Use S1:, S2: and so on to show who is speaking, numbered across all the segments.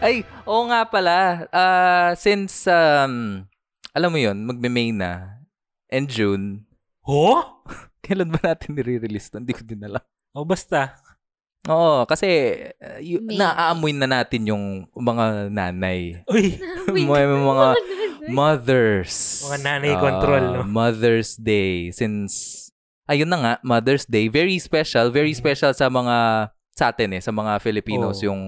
S1: Ay, oo nga pala. Ah, since, um, alam mo yon magme-May na. And June.
S2: Ho?
S1: Kailan ba natin nire-release? to? Hindi ko din alam.
S2: O basta.
S1: Oo, kasi uh, y-
S3: May.
S1: naaamoy na natin yung mga nanay.
S2: Uy,
S3: Wait.
S1: mga, mga
S3: Ano?
S1: mothers.
S2: Mga nanay
S1: Ah,
S2: control, no?
S1: Mother's Day. Since, ayun na nga, Mother's Day. Very special. Very
S2: Mhm.
S1: special sa mga, sa atin eh, sa mga Filipinos
S2: Oo.
S1: yung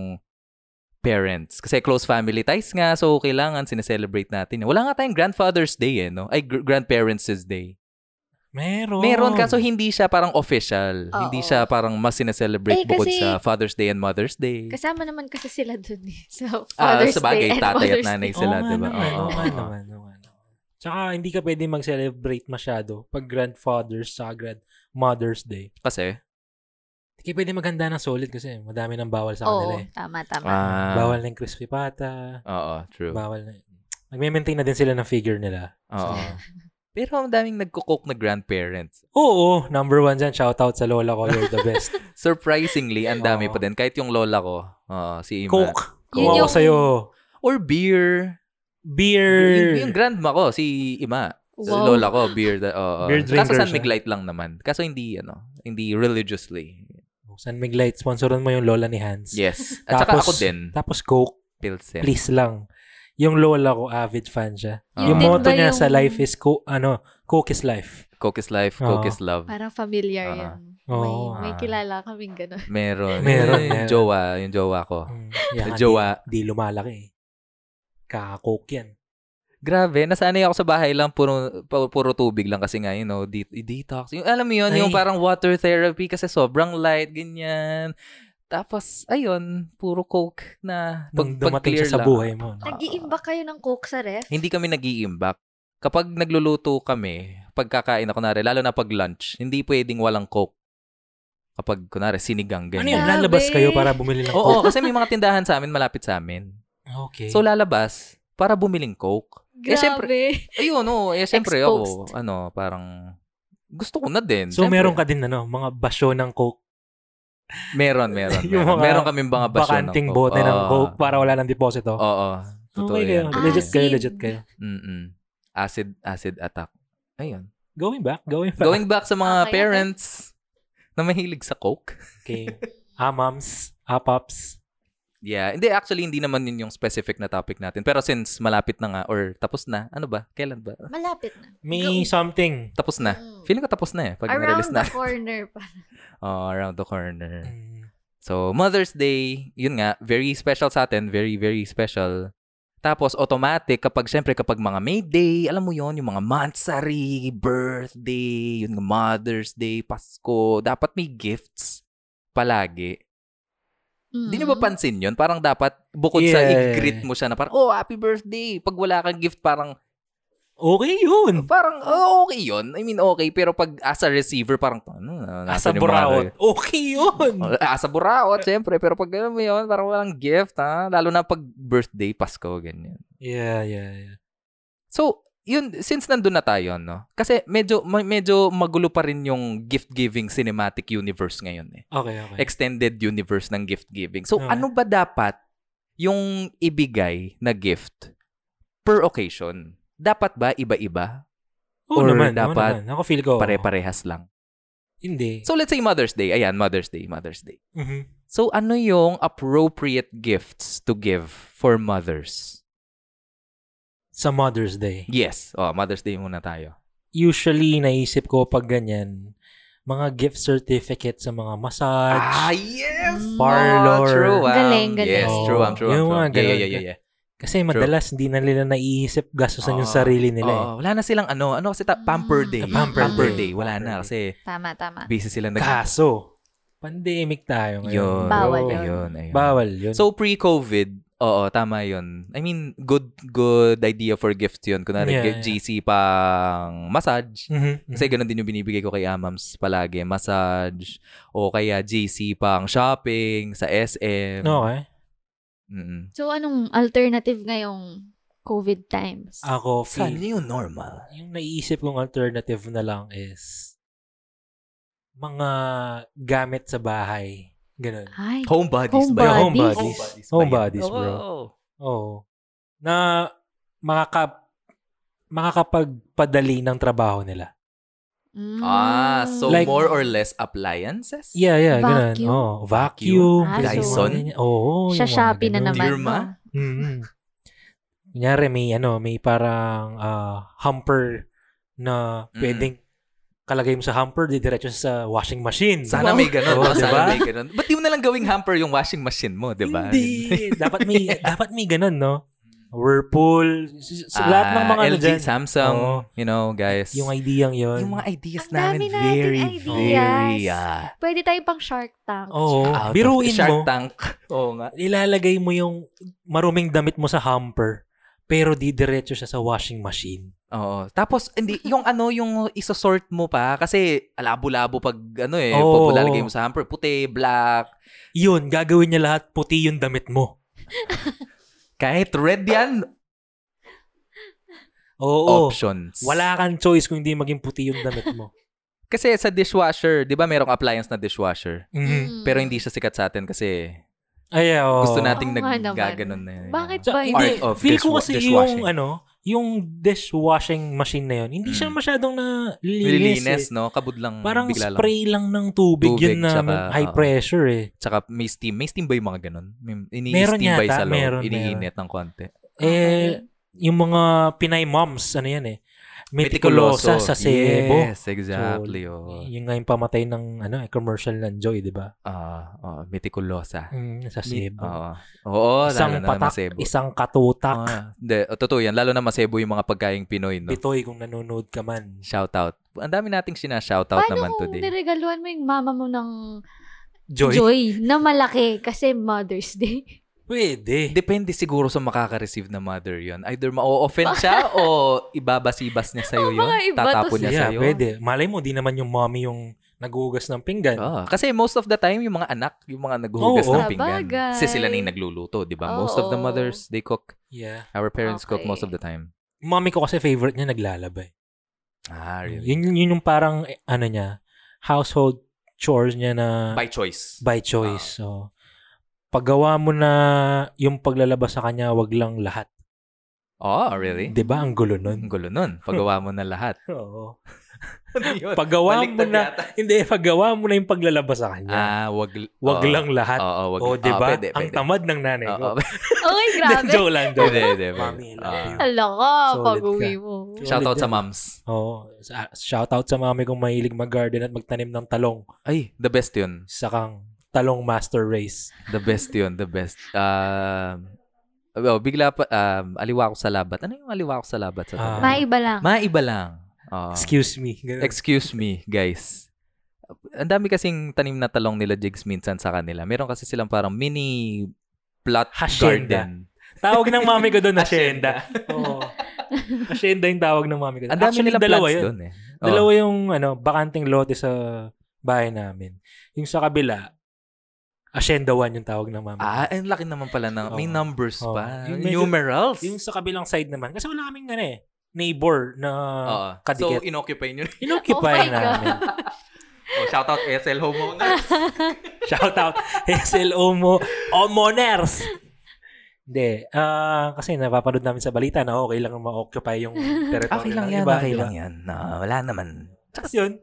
S1: parents. Kasi close family ties nga, so kailangan sineselebrate natin. Wala nga tayong Grandfather's Day eh, no? Ay, gr- Grandparents' Day.
S2: meron.
S1: Meron kaso hindi siya parang official.
S3: Oo.
S1: Hindi siya parang mas sineselebrate
S3: Eh,
S1: bukod
S3: kasi-
S1: sa Father's Day and Mother's Day.
S3: Kasama naman kasi sila dun eh. So,
S1: Ah,
S3: Father's
S1: sa bagay,
S3: Day and
S1: tatay at
S3: Mother's
S1: nanay
S3: Day.
S1: sila,
S2: Oo nga
S1: di ba?
S2: naman,
S1: Oo,
S2: oo nga
S1: oo, oo.
S2: naman, oo nga naman. Tsaka hindi ka pwede mag-celebrate masyado pag grandfather's tsaka grandmother's day.
S1: Kasi,
S2: Hindi ka pwede maghanda ng solid kasi madami nang bawal sa
S3: Oo,
S2: kanila eh.
S3: tama, tama.
S1: ah,
S2: Bawal ng crispy pata,
S1: Oo, true.
S2: bawal na... Nagme-maintain na din sila ng figure nila.
S1: Oo. Pero ang daming nagko-cook na grandparents.
S2: Oo, number one dyan, shoutout sa lola ko, you're the best.
S1: Surprisingly, ang dami
S2: Oo.
S1: pa din. Kahit yung lola ko, oo, si Ima.
S2: Coke,
S1: Yun
S2: kuha ko
S1: yung-
S2: sa'yo.
S1: Or beer.
S2: Beer.
S1: Yung, yung grandma ko, si Ima.
S3: Wow.
S1: Lola ko, beer. da- oo.
S2: Beer
S1: Kaso
S2: drinker
S1: San
S2: siya.
S1: Miglite lang naman. Kaso hindi, ano, hindi religiously.
S2: Oh, San Miglite, sponsoran mo yung lola ni Hans.
S1: Yes. At saka
S2: Tapos-
S1: ako din,
S2: Tapos Coke,
S1: Pilsen.
S2: please lang. Yung lola ko, avid fan siya.
S1: Yun
S2: yung
S1: din
S2: motto
S3: ba
S2: niya sa
S3: yung-
S2: life is, co- ano, Coke is life.
S1: Coke is life,
S2: Oo.
S1: Coke is love.
S3: Parang
S1: Ah.
S3: familiar yun. May,
S2: Oo.
S3: may
S1: Ah.
S3: kilala kaming gano'n.
S1: Meron.
S2: Meron,
S1: Yung
S2: meron.
S1: jowa, yung jowa ko.
S2: Mm, yeah,
S1: Jowa.
S2: Di, di lumalaki eh. Kaka-coke yan.
S1: Grabe, nasanay ako sa bahay lang, puro, pu- puro tubig lang kasi nga, you know, de- detox. Yung, alam mo yun, yung
S2: Ay.
S1: parang water therapy kasi sobrang light, ganyan. Tapos, ayun, puro coke na pag,
S2: Nung
S1: pag
S2: dumating
S1: clear
S2: siya sa
S1: lang.
S2: buhay mo. no?
S1: Ah.
S3: Nag-iimbak kayo ng coke sa ref?
S1: Hindi kami nag-iimbak. Kapag nagluluto kami, pagkakain na kunwari, lalo na pag lunch, hindi pwedeng walang coke. Kapag kunwari, sinigang,
S2: Ano yun?
S1: ganyan.
S3: Grabe.
S2: Lalabas kayo para bumili ng
S1: Oo,
S2: coke?
S1: kasi may mga tindahan sa amin, malapit sa amin.
S2: Okay.
S1: So, lalabas para bumiling coke.
S3: Grabe.
S1: Eh, syempre, Ayun, oo. Eh, syempre ako,
S3: Exposed.
S1: ano, parang gusto ko na din.
S2: so
S1: Syempre.
S2: meron ka din ano, mga basyo ng coke.
S1: Meron, meron.
S2: Yung
S1: meron.
S2: mga
S1: meron kaming mga basyo
S2: Bakanting
S1: ng coke.
S2: bote ng
S1: Oo.
S2: coke para wala ng deposito.
S1: Oo. Totoo
S2: okay
S1: yan.
S2: kayo.
S3: Ah,
S2: Legit kayo,
S3: sin.
S2: legit kayo.
S1: Mm-mm. Acid, acid attack. Ayun.
S2: Going back, going back.
S1: Going back sa mga
S3: Okay, okay.
S1: parents na mahilig sa coke.
S2: Okay. Ah, moms. Ah, pops.
S1: Yeah. Hindi, actually, hindi naman yun yung specific na topic natin. Pero since malapit na nga or tapos na, ano ba? Kailan ba?
S3: Malapit na.
S2: May
S3: Go.
S2: something.
S1: Tapos na.
S3: Mm.
S1: Feeling ko tapos na eh. Pag
S3: Around
S1: release na.
S3: the corner pa.
S1: Oh, around the corner.
S2: Mm.
S1: So, Mother's Day, yun nga, very special sa atin, very, very special. Tapos, automatic, kapag, syempre, kapag mga May Day, alam mo yon yung mga Mansari, birthday, yun nga, Mother's Day, Pasko, dapat may gifts palagi.
S3: Hmm.
S1: Hindi nyo
S3: Mm-hmm.
S1: ba pansin yun? Parang dapat, bukod sa
S2: Yeah.
S1: i-greet mo siya na parang, oh, happy birthday! Pag wala kang gift, parang,
S2: Okay yun.
S1: parang, oh, okay yun. I mean, okay. Pero pag as a receiver, parang, ano,
S2: Asa
S1: nasan yung mga-
S2: buraot. Okay yun.
S1: Ah, Asa buraot, syempre. Pero pag alam mo yun, parang walang gift, ha? Lalo na pag birthday, Pasko, ganyan.
S2: Yeah, yeah, yeah.
S1: So, yun, since nandun na tayo, no? Kasi medyo, ma- medyo magulo pa rin yung gift-giving cinematic universe ngayon, eh.
S2: Okay, okay.
S1: Extended universe ng gift-giving. So,
S2: Okay.
S1: ano ba dapat yung ibigay na gift per occasion? Dapat ba iba-iba?
S2: Oo
S1: or
S2: naman, oo
S1: dapat
S2: naman. Ako feel ko.
S1: Pare-parehas lang.
S2: Hindi.
S1: So, let's say Mother's Day. Ayan, Mother's Day, Mother's Day.
S2: Mhm.
S1: So ano yung appropriate gifts to give for mothers?
S2: Sa Mother's Day.
S1: Yes. Oh, Mother's Day muna tayo.
S2: Usually, naisip ko pag ganyan, mga gift certificate sa mga massage.
S1: Ah, yes! Oh,
S2: Parlor.
S1: true, um,
S3: Galing, galing.
S1: Yes, true, um, true, um,
S2: Mm. Yung
S1: true.
S2: mga
S1: Yeah, yeah,
S2: ganun.
S1: yeah, yeah, yeah.
S2: kasi madalas, hindi na nila naiisip gastusan yung sarili nila. Eh.
S1: Ah, Oo, wala na silang ano, ano kasi ta- pamper day.
S2: Ah,
S1: day.
S2: pamper day.
S1: Wala
S2: Pamper
S1: na
S2: day.
S1: kasi
S3: Tama, tama.
S1: busy sila nag...
S2: Kaso, pandemic
S1: Yun.
S2: tayo ngayon.
S3: Bawal
S2: Oo.
S3: yun.
S1: Ayun, ayun.
S2: Bawal yun.
S1: So pre-COVID, oo, tama 'yun. I mean, good good idea for gifts 'yun. Kunwari gi-
S2: Yeah, yeah.
S1: GC pang massage.
S2: Mhm, mhm.
S1: Kasi ganun din yung binibigay ko kay Amams palagi. Massage, o kaya GC pang shopping, sa SM.
S2: okay.
S1: Mm-mm.
S3: So, anong alternative ngayong COVID times?
S2: Ako, feel
S1: Saan yun normal?
S2: yung naiisip kong alternative na lang is mga gamit sa bahay Ganun.
S3: Ay.
S1: Homebodies ba yun?
S3: Homebodies.
S2: Homebodies.
S1: ba yun?
S2: Homebodies, bro.
S1: Oo.
S2: Oo. Na makaka makakapagpadali ng trabaho nila.
S3: Mm.
S1: Ah, so
S2: Like-
S1: more or less appliances?
S2: Yeah, yeah, ganun.
S3: Vacuum.
S2: Oo, vacuum.
S3: Ah,
S1: Dyson.
S2: Oo. oh, yung mga
S3: Shashapi na
S2: ganun.
S3: naman.
S1: Dirma?
S3: no?
S2: Mm-hmm. Kunyari, may ano, may parang ah, hamper na
S1: Mm.
S2: pwedeng kalagay mo sa hamper, didiretso sa washing machine.
S1: Sana may ganun.
S2: Oo,
S1: no? Sana
S2: diba?
S1: may ganun. Ba't di mo nalang gawing hamper yung washing machine mo, diba? di ba?
S2: Hindi. dapat may dapat may ganun, no? Whirlpool, s- s- lahat ng
S1: Ah,
S2: mga ano
S1: LG,
S2: dyan.
S1: Samsung,
S2: Oo.
S1: you know, guys.
S2: Yung ideyang yun.
S1: Yung mga ideas
S3: Ang
S1: namin,
S3: dami nating
S1: very,
S3: ideas.
S1: very, ah,
S3: Pwede tayo pang Shark Tank.
S1: out
S2: Oo.
S1: of
S2: Oh, Biruin
S1: Shark
S2: mo,
S1: Tank. Oo nga.
S2: ilalagay mo yung maruming damit mo sa hamper, pero didiretso siya sa washing machine.
S1: Oo. Tapos, hindi, yung ano, yung isosort mo pa, kasi alabo-labo pag, ano eh,
S2: Oo.
S1: pag lalagay mo sa hamper, puti, black,
S2: Yun, gagawin niya lahat puti yung damit mo.
S1: kahit red yan,
S2: Oo.
S1: options.
S2: Oh, Wala kang choice kung hindi maging puti yung damit mo.
S1: Kasi sa dishwasher, di ba merong appliance na dishwasher?
S2: Mhm.
S3: Mm.
S1: Mm-hmm. Pero hindi siya sikat sa atin kasi
S2: Ay, oo.
S1: gusto nating
S3: Oo nga Oh, naman.
S1: naggaganon na yun.
S3: Bakit
S2: So,
S3: ba yun?
S2: hindi,
S1: Art of
S2: feel ko
S1: dishwa-
S2: kasi
S1: dishwashing.
S2: yung, ano, yung dishwashing machine na yun, hindi siya
S1: Mm.
S2: masyadong na linis.
S3: eh.
S1: Nililinis, no? Kabud lang.
S2: Parang
S1: Mm, bigla lang.
S2: spray lang. ng tubig,
S1: Tubig,
S2: yun na
S1: tsaka,
S2: high
S1: oo.
S2: pressure eh.
S1: Tsaka may steam. May steam ba yung mga ganun? May, ini
S2: Meron
S1: steam ba yung
S2: yata,
S1: sa loob?
S2: meron,
S1: Iniinit ng konti.
S3: Ah,
S2: Eh, yung mga Pinay moms, ano yan eh,
S1: Meticuloso.
S2: metikulosa sa sebo.
S1: Yes, exactly. oh.
S2: Yung nga yung pamatay ng ano, eh, commercial ng Joy, di ba?
S1: Ah, oh, meticulosa.
S2: Mm, sa
S1: Mi-
S2: sebo.
S1: Oo. Oo, lalo
S2: isang
S1: na ng
S2: patak,
S1: masebo.
S2: isang katutak.
S1: Ah, Hindi, oh, totoo yan. Lalo na masebo yung mga pagkaing Pinoy, no?
S2: Bitoy, kung nanonood ka man.
S1: Shout out. Ang dami nating sinashoutout
S3: Paano
S1: naman
S3: kung
S1: today.
S3: niregaluhan mo yung mama mo ng joy,
S2: Joy,
S3: na malaki kasi Mother's Day?
S2: pwede.
S1: Depende siguro sa makaka-receive na mother yon. Either ma-offend siya o ibabasibas niya sa'yo
S3: Oo,
S1: yun.
S3: baka iba to
S1: Tatapon niya
S2: Yeah,
S1: sa'yo.
S2: pwede. Malay mo, di naman yung mommy yung nagugas ng pinggan.
S1: Ah, kasi most of the time, yung mga anak, yung mga naghuhugas
S2: Oo.
S1: ng pinggan.
S3: Sabagay.
S1: Kasi sila na yung nagluluto, di ba? Most of the
S3: Oo.
S1: mothers, they cook.
S2: Yeah.
S1: Our parents cook
S3: Okay.
S1: most of the time.
S2: Mommy ko kasi favorite niya naglalabay.
S1: Ah, really?
S2: Yun, yun yung parang, eh, ano niya, household chores niya na
S1: By
S2: by,
S1: choice.
S2: choice. So, paggawa mo na yung paglalabas sa kanya, wag lang lahat.
S1: Oh, really?
S2: Di ba? Ang gulo nun.
S1: Ang gulo nun. Paggawa mo na lahat.
S2: Oo.
S1: Ano yun?
S2: Paggawa mo
S1: Baliktad
S2: na,
S1: yata.
S2: hindi, paggawa mo na yung paglalabas sa kanya.
S1: Ah, wag,
S2: wag
S1: oo.
S2: lang lahat.
S1: Oo, wag. ah,
S2: o, di ba?
S1: pwede,
S2: Ang
S1: pwede.
S2: tamad ng nanay
S1: Oo,
S2: ko.
S3: Okay, grabe.
S2: Joke lang, joke
S1: Pwede,
S2: lang.
S1: pwede, pwede.
S2: Mami, I love
S1: Ah.
S2: you.
S3: Hala ka,
S2: Solid
S3: pag
S2: ka.
S3: uwi mo.
S1: Shoutout
S2: Solid
S1: sa
S2: yan.
S1: moms.
S2: Oo. Sa- Shoutout sa mami kong mahilig mag-garden at magtanim ng talong.
S1: Ay, the best yun.
S2: Sakang talong master race.
S1: The best yun, the best. Um, well, bigla pa, um, aliwa ko sa labat. Ano yung aliwa ko sa labat? Sa
S2: Ah.
S1: Tagalog?
S3: Maiba lang.
S1: Maiba lang. Oo.
S2: Excuse me. Ganun.
S1: Excuse me, guys. Ang dami kasing tanim na talong nila Jigs minsan sa kanila. Meron kasi silang parang mini plot
S2: Hacienda.
S1: garden.
S2: tawag ng mami ko doon,
S1: Hacienda.
S2: Hacienda. Oo. Hacienda yung tawag ng mami ko doon.
S1: Ang dami
S2: Actually,
S1: nilang
S2: dalawa
S1: plants
S2: yun.
S1: doon eh. Oo.
S2: Dalawa yung ano, bakanting lote sa bahay namin. Yung sa kabila, Hacienda 1 yung tawag ng mami. ko.
S1: Ah, ang laki naman pala. ng May
S2: Oo.
S1: numbers
S2: Oo.
S1: pa.
S2: Yung medyo-
S1: Numerals.
S2: Yung sa kabilang side naman, kasi wala kaming ano eh, neighbor na
S1: Oo. So,
S2: kadikit.
S1: inoccupy nyo.
S2: Inoccupy
S3: Oh my
S2: namin.
S1: Oh, shoutout SL Homo.
S2: Ah, Shout out SLO mo, Omoners! Hindi. ah, kasi napapanood namin sa balita na okay lang ma-occupy yung
S1: Okay
S2: territory.
S1: lang
S2: ng
S1: yan.
S2: iba,
S1: Okay
S2: iba.
S1: lang yan. Ah, wala naman.
S2: Tapos yun,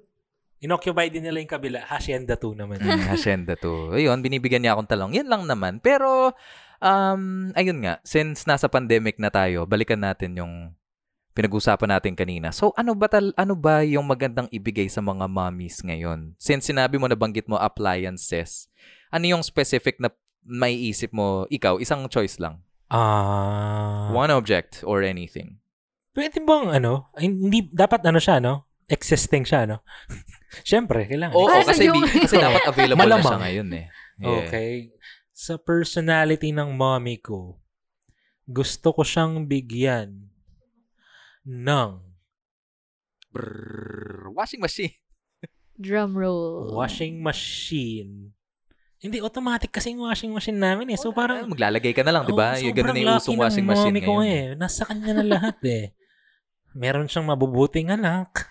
S2: inoccupy din nila yung kabila. Hacienda 2 naman.
S1: Mm, hacienda to. Ayun, binibigyan niya akong talong. Yan lang naman. Pero, um, ayun nga, since nasa pandemic na tayo, balikan natin yung pinag-usapan natin kanina. So, ano ba, tal- ano ba yung magandang ibigay sa mga mommies ngayon? Since sinabi mo, nabanggit mo appliances, ano yung specific na may isip mo, ikaw, isang choice lang.
S2: Ah.
S1: One object or anything.
S2: pwede bang ano? ay, Hindi, dapat ano siya, no? Existing siya, no? Siyempre, kailangan.
S1: Oo,
S3: Ah, so
S1: kasi,
S3: yung-
S1: di- kasi dapat available na siya
S2: Malamang.
S1: ngayon eh. Oh, Yeah.
S2: Okay. Sa personality ng mommy ko, gusto ko siyang bigyan ng
S1: Brrr, washing machine.
S3: Drum roll.
S2: washing machine. Hindi, automatic kasi yung washing machine namin eh. So parang,
S1: maglalagay ka na lang, 'di ba?
S2: Oo,
S1: yung ganun na
S2: sobrang
S1: yung
S2: lucky
S1: usong
S2: ng
S1: washing machine
S2: mommy ko
S1: ngayon.
S2: eh. Nasa kanya na lahat eh. Meron siyang mabubuting anak.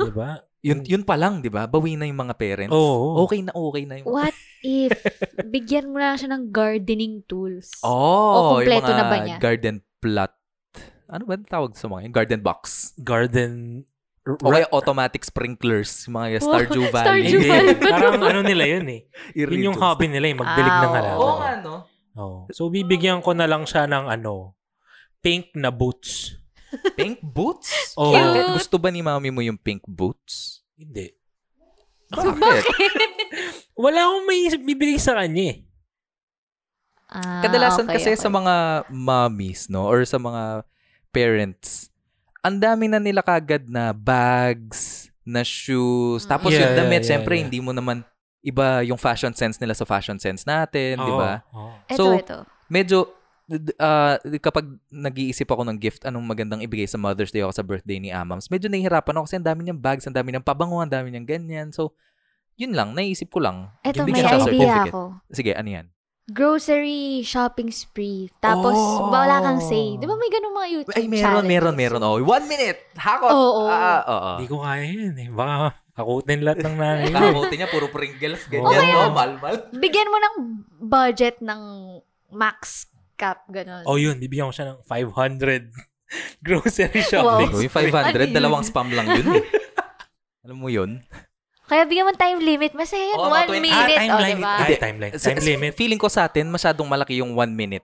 S2: Di ba?
S1: Yun yun pa lang, 'di ba? Bawi na yung mga parents.
S2: Hmm. Oo.
S1: Okay na okay na yung
S3: What if bigyan mo na lang siya ng gardening tools.
S1: Oh,
S3: O, kumpleto
S1: yung mga
S3: na ba niya?
S1: garden plot. Ano ba ang tawag sa mga yun? Garden box.
S2: Garden. r-
S1: O kaya automatic sprinklers. Yung mga
S3: Oh,
S1: Stardew Valley.
S3: Stardew
S2: Hindi.
S3: Valley.
S2: Parang ano nila yun eh.
S1: Irrigation.
S2: Yun yung hobby nila eh. Magdilig
S3: Ah,
S2: ng
S3: oo.
S2: halaman.
S1: Oo nga, no?
S2: Oo. So, bibigyan ko na lang siya ng ano, pink na boots.
S1: Pink boots?
S2: Oo.
S1: Bakit?
S3: Cute.
S1: Gusto ba ni mami mo yung pink boots?
S2: Hindi.
S1: Bakit?
S2: Wala akong may bibigay sa kanya eh.
S3: Ah,
S1: Kadalasan
S3: okay,
S1: kasi
S3: okay.
S1: sa mga mommies, no? Or sa mga parents, ang dami na nila kagad na bags, na shoes.
S3: Mm.
S1: Tapos
S2: Yeah,
S1: yung damit,
S2: yeah, yeah,
S1: syempre,
S2: yeah.
S1: hindi mo naman iba yung fashion sense nila sa fashion sense natin, di
S2: Oo.
S1: ba?
S2: Oo.
S3: Ito,
S1: So,
S3: ito.
S1: medyo d- d- ah, kapag nag-iisip ako ng gift, anong magandang ibigay sa Mother's Day ako sa birthday ni Amams, medyo nahihirapan ako kasi ang dami niyang bags, ang dami niyang pabango, ang dami niyang ganyan. So, yun lang, naisip ko lang.
S3: Ito,
S1: Bibigyan
S3: may
S1: siya ng
S3: idea
S1: certificate.
S3: ako.
S1: Sige, ano yan?
S3: Grocery shopping spree. Tapos,
S1: Oh.
S3: wala kang say. Di ba may ganun mga YouTube
S1: Ay, meron,
S3: challenges?
S1: meron, meron. Oh, one minute! Hakot!
S3: Oo.
S1: Ah, oo.
S2: Hindi ko kaya yun eh. Baka akutin lahat ng nanay ko.
S1: Kakabuti niya, puro Pringles, ganyan.
S2: O kaya-
S1: no, malmal.
S3: Bigyan mo ng budget ng max cap, ganun.
S2: Oh, yun. Bibigyan ko siya ng 500 grocery shopping.
S1: Yung
S3: Ano
S1: 500,
S3: yun?
S1: dalawang spam lang yun. eh. Alam mo yun?
S3: Kaya bigyan mo ng time limit. Masaya yun.
S1: Oo, mga
S3: one
S1: 20
S2: Ah,
S3: minute. oh,
S2: timeline.
S3: diba?
S2: Ay, timeline.
S1: Sa-
S2: Time limit.
S1: Feeling ko sa atin, masyadong malaki yung one minute.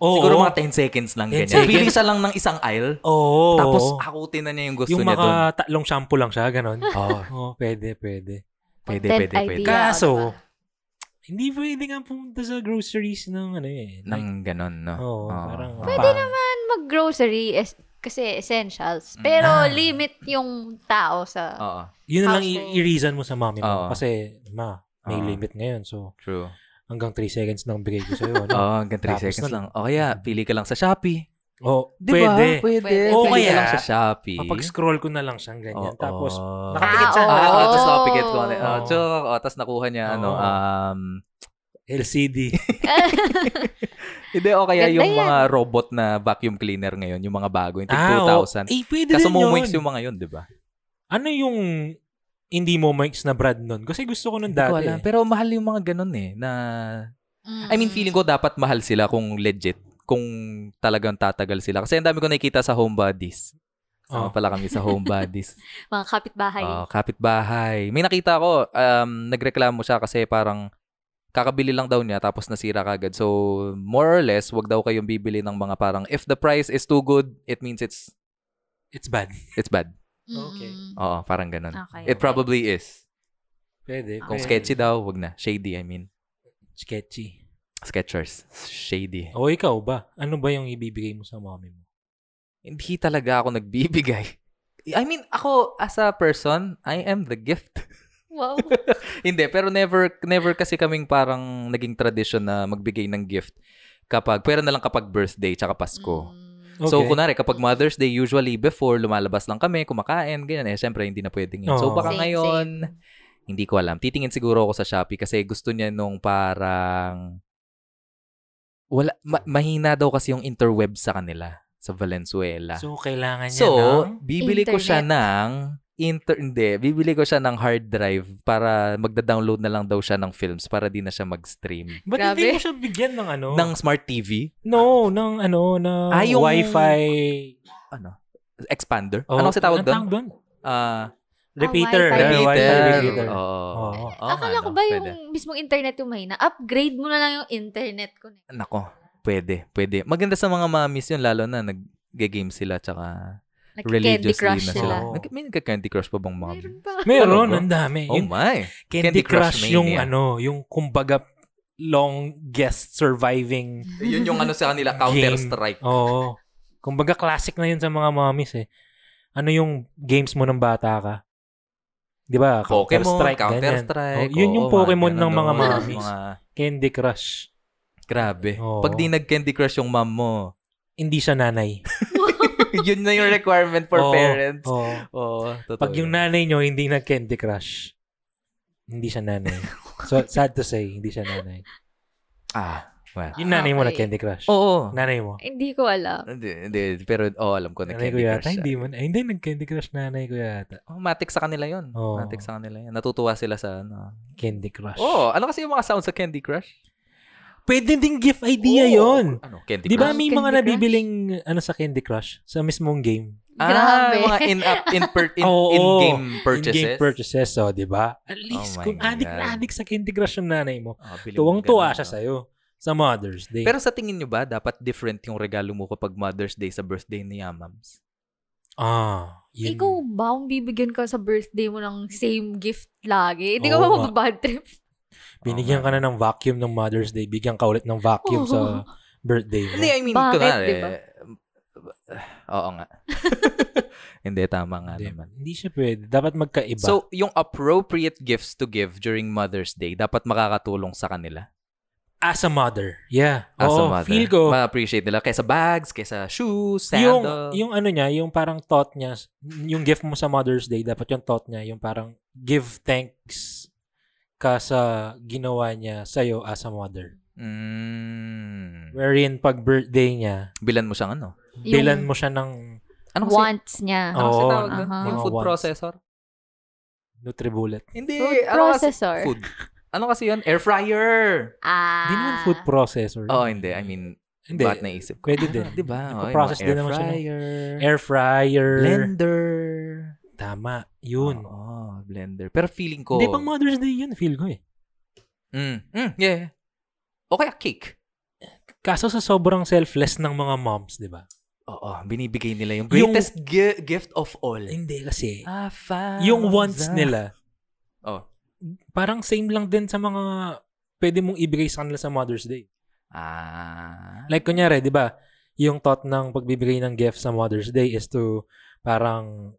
S2: Oo.
S1: Siguro mga 10 seconds lang
S2: 10
S1: ganyan.
S2: seconds.
S1: Pili siya lang ng isang aisle.
S2: Oo.
S1: Tapos hakutin na niya yung gusto
S2: yung
S1: niya doon.
S2: mga tatlong shampoo lang siya, ganun.
S1: Oh,
S2: Oo, pwede, pwede.
S1: pwede,
S3: Content
S1: pwede, pwede.
S3: idea.
S2: Kaso,
S3: oh, diba?
S2: hindi pwede nga pumunta sa groceries ng ano eh.
S1: Nang ganon, no?
S2: Oo,
S1: Oo.
S2: parang...
S1: Pwede
S2: naman.
S3: Mag-grocery es- kasi
S1: Mm.
S3: essentials. Pero
S2: Ah.
S3: limit yung tao sa...
S1: Oo,
S2: Yun na lang
S3: Household.
S2: i- i-reason mo sa mami mo.
S1: Oo.
S2: Kasi, ma, may
S1: Oo.
S2: limit ngayon. So,
S1: true.
S2: hanggang 3 seconds lang bigay ko
S1: Oo,
S2: sa'yo. Ano?
S1: hanggang 3
S2: Tapos
S1: seconds
S2: na-
S1: lang. O kaya, pili ka lang sa Shopee.
S2: Oo,
S1: Di
S2: pwede.
S1: ba? Mm. Pwede.
S3: Pwede.
S1: Pili
S3: O
S1: ka
S2: kaya,
S1: lang sa Shopee.
S2: Papag-scroll ko na lang siyang ganyan.
S1: Oo.
S2: Tapos,
S3: nakapikit siya.
S1: Ah, oo,
S3: Oo.
S1: tapos nakapikit
S3: Mm.
S1: ko. Oh,
S2: Oo.
S1: joke. Oh, tapos nakuha niya, ano,
S2: Oo.
S1: um,
S2: LCD.
S1: hindi, o kaya
S3: Ganda
S1: yung
S3: yan.
S1: mga robot na vacuum cleaner ngayon, yung mga bago, yung tig
S2: oo.
S1: 2,000.
S2: Eh, pwede
S1: Kaso
S2: rin
S1: mo
S2: yun.
S1: yung mga yun, di ba?
S2: Ano yung hindi mo mix na brand nun? Kasi gusto ko nun
S1: Hindi ko
S2: dati.
S1: alam.
S2: eh.
S1: Pero mahal yung mga ganun eh, na Ah, I mean, feeling ko dapat mahal sila kung legit, kung talagang tatagal sila. Kasi ang dami ko nakikita sa homebodies. Sama
S2: Oh.
S1: pala kami sa homebodies.
S3: Mga kapitbahay.
S1: Ah, kapitbahay. May nakita ko, um, nagreklamo siya kasi parang kakabili lang daw niya tapos nasira kagad. So, more or less, wag daw kayong bibili ng mga parang if the price is too good, it means it's
S2: It's bad.
S1: it's bad.
S2: okay.
S3: Mm.
S1: Oo, parang ganun.
S3: Okay.
S1: It probably is.
S2: Pwede.
S1: Kung
S2: pwede.
S1: sketchy daw, wag na. Shady, I mean.
S2: Sketchy.
S1: Sketchers. Shady.
S2: O ikaw ba? Ano ba yung ibibigay mo sa mommy mo?
S1: hindi talaga ako nagbibigay. I mean, ako as a person, I am the gift.
S3: Wow.
S1: hindi, pero never never kasi kaming parang naging tradition na magbigay ng gift kapag pero na lang kapag birthday tsaka Pasko.
S3: Mm.
S2: Okay.
S1: So kunwari kapag Mother's Day usually before lumalabas lang kami, kumakain, ganyan eh syempre hindi na pwedeng yun. So
S2: Oo.
S1: Oh, baka
S3: Same,
S1: ngayon
S3: same.
S1: hindi ko alam. Titingin siguro ako sa Shopee kasi gusto niya nung parang wala ma- mahina daw kasi yung interweb sa kanila sa Valenzuela.
S2: So, kailangan
S1: Ah.
S2: niya
S1: So,
S2: ng...
S1: bibili ko siya ng inter hindi, bibili ko siya ng hard drive para magda-download na lang daw siya ng films para di na siya mag-stream.
S2: Ba't
S3: Grabe.
S2: hindi mo siya bigyan ng ano?
S1: Ng smart TV,
S2: No, ng ano, ng
S1: Ah, yung-
S2: Wi-Fi...
S1: ano, expander.
S2: Oh,
S1: ano kasi tawag
S2: anong
S1: doon?
S2: tawag doon?
S1: Ah,
S2: Repeater.
S3: Wi-Fi
S2: Ah,
S1: repeater. Oh.
S2: Wi-Fi
S3: repeater.
S1: Oo.
S2: Oo.
S1: Oo
S3: Oh. Akala
S1: nga,
S3: ko
S1: no?
S3: ba yung
S1: Pwede.
S3: mismong internet yung mahina? Upgrade mo na lang yung internet ko.
S1: Nako, pwede, pwede. Maganda sa mga mommies yun, lalo na nag-game sila tsaka
S3: Nag-candy
S1: religiously
S3: crush
S1: na
S3: sila.
S1: sila.
S2: Oo.
S1: Nag- May nagka-candy crush pa bang mommy?
S3: Meron ba?
S2: Meron,
S1: Ano ba?
S2: ang dami.
S1: Oh
S2: yung
S1: my!
S2: Candy,
S1: Candy
S2: Crush,
S1: Crush
S2: yung
S1: Mania.
S2: ano, yung kumbaga longest surviving.
S1: Yun yung ano sa kanila, Counter-Strike.
S2: Oo. kumbaga classic na yun sa mga mommies eh. Ano yung games mo ng bata ka? Di ba?
S1: Pokemon,
S2: Counter-Strike, ganyan.
S1: Counter-Strike.
S2: Oh, yun yung
S1: oo, mga
S2: Pokemon
S1: ganun,
S2: ng mga
S1: no? Yung
S2: mommies. Candy Crush.
S1: Grabe.
S2: Oo.
S1: Pag di nag-Candy Crush yung mom mo,
S2: Hindi siya nanay.
S1: yun na yung requirement for
S2: Oo,
S1: parents.
S2: oo.
S1: Oo, totoo.
S2: Pag yung
S1: yun.
S2: nanay nyo hindi nag-Candy Crush, hindi siya nanay. so, sad to say, hindi siya nanay.
S1: Ah, Well.
S2: Yung nanay mo na
S3: Okay.
S2: Candy Crush.
S1: Oo.
S2: Nanay mo.
S3: Hindi ko alam.
S1: Hindi, hindi. Pero, oh, alam ko na
S2: Nanay ko
S1: Candy
S2: yata.
S1: Crush ah. siya.
S2: Hindi mo. Ay, hindi. Nag-Candy Crush nanay ko yata.
S1: Oh, matik sa kanila yun.
S2: Oo.
S1: Matik sa kanila yun. Natutuwa sila sa ano.
S2: Candy Crush.
S1: Oh, ano kasi yung mga sound sa Candy Crush?
S2: Pwede ding gift idea
S1: Oo.
S2: yon.
S1: Ano, Candy
S2: Di ba
S1: Crush?
S2: may
S3: Candy
S2: mga
S3: Crush?
S2: nabibiling ano sa Candy Crush? Sa mismong game.
S1: Ah,
S3: Grabe.
S1: mga in-app, in, per, in,
S2: Oo.
S1: in-game purchases.
S2: In-game purchases. So, di ba? At least
S1: Oh my
S2: kung adik na
S1: God.
S2: adik sa Candy Crush yung nanay mo,
S1: Oh, bili mo ng ganun,
S2: tuwang-tuwa siya
S1: no?
S2: sa'yo. Sa Mother's Day.
S1: Pero sa tingin nyo ba, dapat different yung regalo mo kapag Mother's Day sa birthday ni Yamams?
S2: ah, yun.
S3: Ikaw ba, kung bibigyan ka sa birthday mo ng same gift lagi, hindi
S2: Oo
S3: ka ba
S2: nga.
S3: magbabad trip?
S2: Binigyan ka na ng vacuum ng Mother's Day. Bigyan ka ulit ng vacuum
S3: Oo.
S2: sa birthday mo.
S1: Hindi, I mean,
S3: Bakit,
S1: kunwari,
S3: di ba?
S1: Oo nga. Hindi, tama nga
S2: Hindi,
S1: naman.
S2: hindi siya pwede. Dapat magkaiba.
S1: So, yung appropriate gifts to give during Mother's Day, dapat makakatulong sa kanila.
S2: as a mother. Yeah.
S1: As
S2: Oo,
S1: a mother.
S2: Oh, feel ko.
S1: Ma-appreciate nila. Kesa bags, kesa shoes,
S2: yung,
S1: sandal.
S2: yung ano niya, yung parang thought niya, yung gift mo sa Mother's Day, dapat yung thought niya, yung parang give thanks ka sa ginawa niya sa'yo as a mother.
S1: Mm.
S2: Wherein pag birthday niya,
S1: Bilan mo siyang ano?
S3: Yung
S2: bilan mo siya ng
S1: Ano kasi?
S3: wants niya.
S1: Ano kasi
S2: Oo,
S1: tawag doon?
S3: aha.
S1: Yung
S2: Mga
S1: food
S2: wants.
S1: processor?
S2: Nutribullet.
S1: Hindi.
S3: Food
S1: ano kasi-
S3: processor.
S1: Food. Ano kasi yun? Air fryer.
S3: Ah.
S2: Hindi naman food processor.
S1: Oo, oh, hindi. I mean,
S2: Hindi.
S1: bakit naisip ko?
S2: Pwede din.
S1: Di ba? Oh,
S2: Ipaprocess din
S1: air
S2: naman siya ng-
S1: fryer.
S2: Air fryer.
S1: Blender.
S2: Tama. Yun.
S1: Oo, oh, blender. Pero feeling ko...
S2: Hindi pang Mother's Day yun, feel ko eh.
S1: Mm, mm, yeah. yeah. O kaya cake.
S2: Kaso sa sobrang selfless ng mga moms, di ba?
S1: Oo, binibigay nila yung
S2: Yung-
S1: greatest gi- gift of all.
S2: Hindi kasi.
S1: I found
S2: Ah, Yung wants
S1: the-
S2: nila,
S1: Oh.
S2: parang same lang din sa mga pwede mong ibigay sa kanila sa Mother's Day.
S1: Ah.
S2: Like kunyari, 'di ba? Yung thought ng pagbibigay ng gift sa Mother's Day is to parang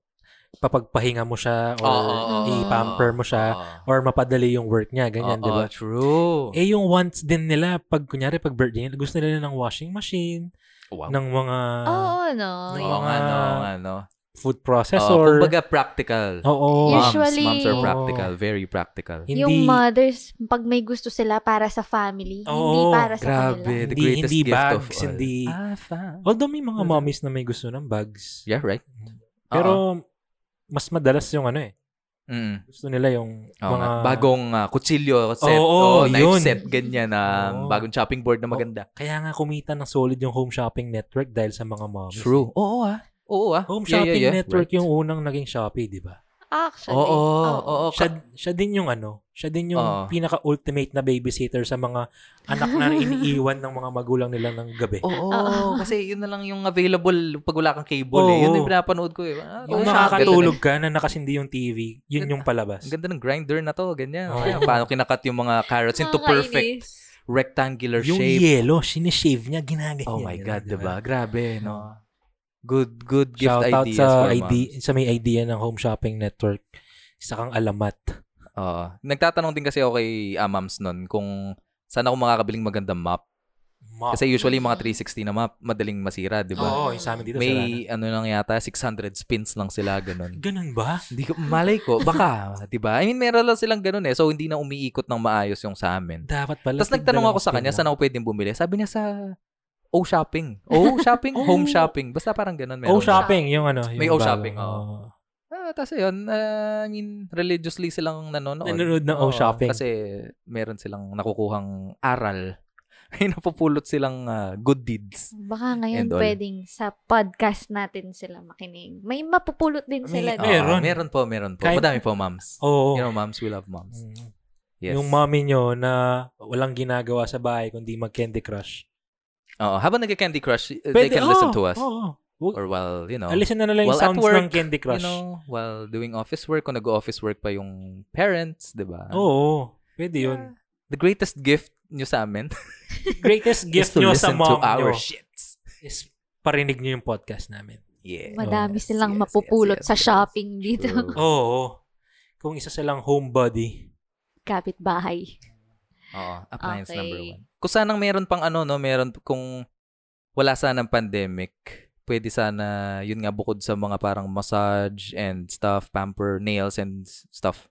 S2: papagpahinga mo siya or i-pamper mo siya or mapadali yung work niya, ganyan, 'di ba?
S1: True.
S2: Eh yung wants din nila pag kunyari pag birthday nila, gusto nila ng washing machine,
S1: wow.
S2: ng mga
S1: ah.
S3: Oo, no.
S2: Oo,
S1: Oo nga, no,
S2: mga-
S1: nga, no.
S2: food
S1: Oh,
S2: processor.
S1: kumbaga practical.
S2: Oo.
S1: Moms,
S3: Usually-
S1: moms are
S2: Oo.
S1: practical. Very practical.
S2: Hindi
S3: Yung mothers, pag may gusto sila para sa family, hindi
S2: Oo,
S3: para sa kanila.
S1: Grabe, the
S2: Hindi-
S1: greatest
S2: hindi
S1: gift of
S2: bags,
S1: all.
S2: hindi-
S1: I found-
S2: Although may mga mommies na may gusto ng bags.
S1: Yeah, right? Oo.
S2: Pero mas madalas yung ano eh.
S1: Mm.
S2: Gusto nila yung
S1: Oo
S2: mga
S1: nga. bagong ah, kutsilyo set, oh,
S2: Oo,
S1: knife
S2: yun.
S1: set, ganyan na
S2: Oo. Oh,
S1: bagong chopping board na maganda.
S2: Kaya nga kumita ng solid yung home shopping network dahil sa mga moms.
S1: True. Oo ah. Oo ah.
S2: Home
S1: Yeah, yeah,
S2: shopping
S1: yeah.
S2: network
S1: Right.
S2: yung unang naging Shopee, di ba?
S3: Actually.
S1: Oo, oo,
S3: oo.
S1: oo.
S2: Siya, siya din yung ano, siya din yung
S1: Oo.
S2: pinaka-ultimate na babysitter sa mga anak na iniiwan ng mga magulang nila ng gabi.
S1: Oo,
S3: Oo.
S1: kasi yun na lang yung available pag wala kang cable eh.
S2: Oo.
S1: Yun yung pinapanood ko eh. Ah,
S2: yung
S1: oo,
S2: makakatulog ka na nakasindi yung TV, yun yung palabas.
S1: Ang ganda ng grinder na to, ganyan.
S2: Oo.
S1: Ayan, paano kinakat yung mga carrots into perfect
S3: Nakakainis.
S1: rectangular
S2: Yung
S1: shape.
S2: yellow, sinishave niya, ginaganyan.
S1: Oh my God,
S2: niya, di ba?
S1: diba? Grabe, no? Good, good gift
S2: Shout out
S1: ideas
S2: sa,
S1: for
S2: ide-
S1: moms.
S2: sa may idea ng home shopping network. Isa kang alamat.
S1: Oo. Nagtatanong din kasi ako kay ah, moms nun kung saan ako makakabiling magandang map.
S2: Mom.
S1: Kasi usually yung mga 360 na map, madaling masira, di ba?
S2: Oo, yung sa amin dito sa Lana.
S1: May ano lang yata, 600 spins lang sila, ganun.
S2: Ganun ba?
S1: Hindi ko, malay ko, baka, di ba? I mean, meron lang silang ganun eh. So, hindi na umiikot ng maayos yung sa amin.
S2: Dapat pala.
S1: Tapos nagtanong ako sa kanya, saan ako pwedeng bumili? Sabi niya sa O Shopping. O Shopping?
S2: Oh.
S1: Home Shopping. Basta parang ganun. meron
S2: O shopping, yung ano. Yung
S1: May
S2: bago.
S1: O-shopping, oo.
S2: Oo.
S1: na. Ah, Tapos yun, ah, I mean, religiously silang nanonood.
S2: Nanonood ng
S1: Oo,
S2: oh, O-shopping.
S1: Kasi meron silang nakukuhang aral. May napupulot silang ah, good deeds.
S3: Baka
S1: And
S3: ngayon
S1: all.
S3: pwedeng sa podcast natin sila makinig. May mapupulot din
S2: May-
S3: sila.
S1: Ah,
S3: doon.
S2: Meron.
S1: meron po, meron po.
S2: Kahit-
S1: Madami po, moms.
S2: Oo.
S1: You know, moms, we love moms.
S2: Mm.
S1: Yes.
S2: Yung mommy nyo na walang ginagawa sa bahay kundi mag-Candy Crush.
S1: Oo, habang nagka-Candy Crush, uh, they can listen to us.
S2: Oo. Oh,
S1: Or while, you know,
S2: Listen na nila yung
S1: Well, at
S2: sounds
S1: work,
S2: ng Candy
S1: you
S2: Crush.
S1: know, while doing office work, kung nag-office work pa yung parents, di ba?
S2: Oo. Pwede yun.
S1: The greatest gift nyo sa amin
S2: Greatest
S1: is
S2: gift
S1: to
S2: nyo sa
S1: listen to
S2: mom
S1: our
S2: nyo
S1: shits.
S2: is parinig nyo yung podcast namin.
S1: Yeah. Oh,
S3: Madami
S1: Yes,
S3: silang
S1: yes,
S3: mapupulot
S1: yes,
S3: sa
S1: yes.
S3: shopping dito.
S1: True.
S2: Oo. Kung isa silang homebody.
S3: Kapit-bahay.
S1: Oo, appliance
S3: Okay.
S1: number one. Kung sanang meron pang ano, no, meron kung wala sanang pandemic, pwede sana, yun nga, bukod sa mga parang massage and stuff, pamper, nails and s- stuff,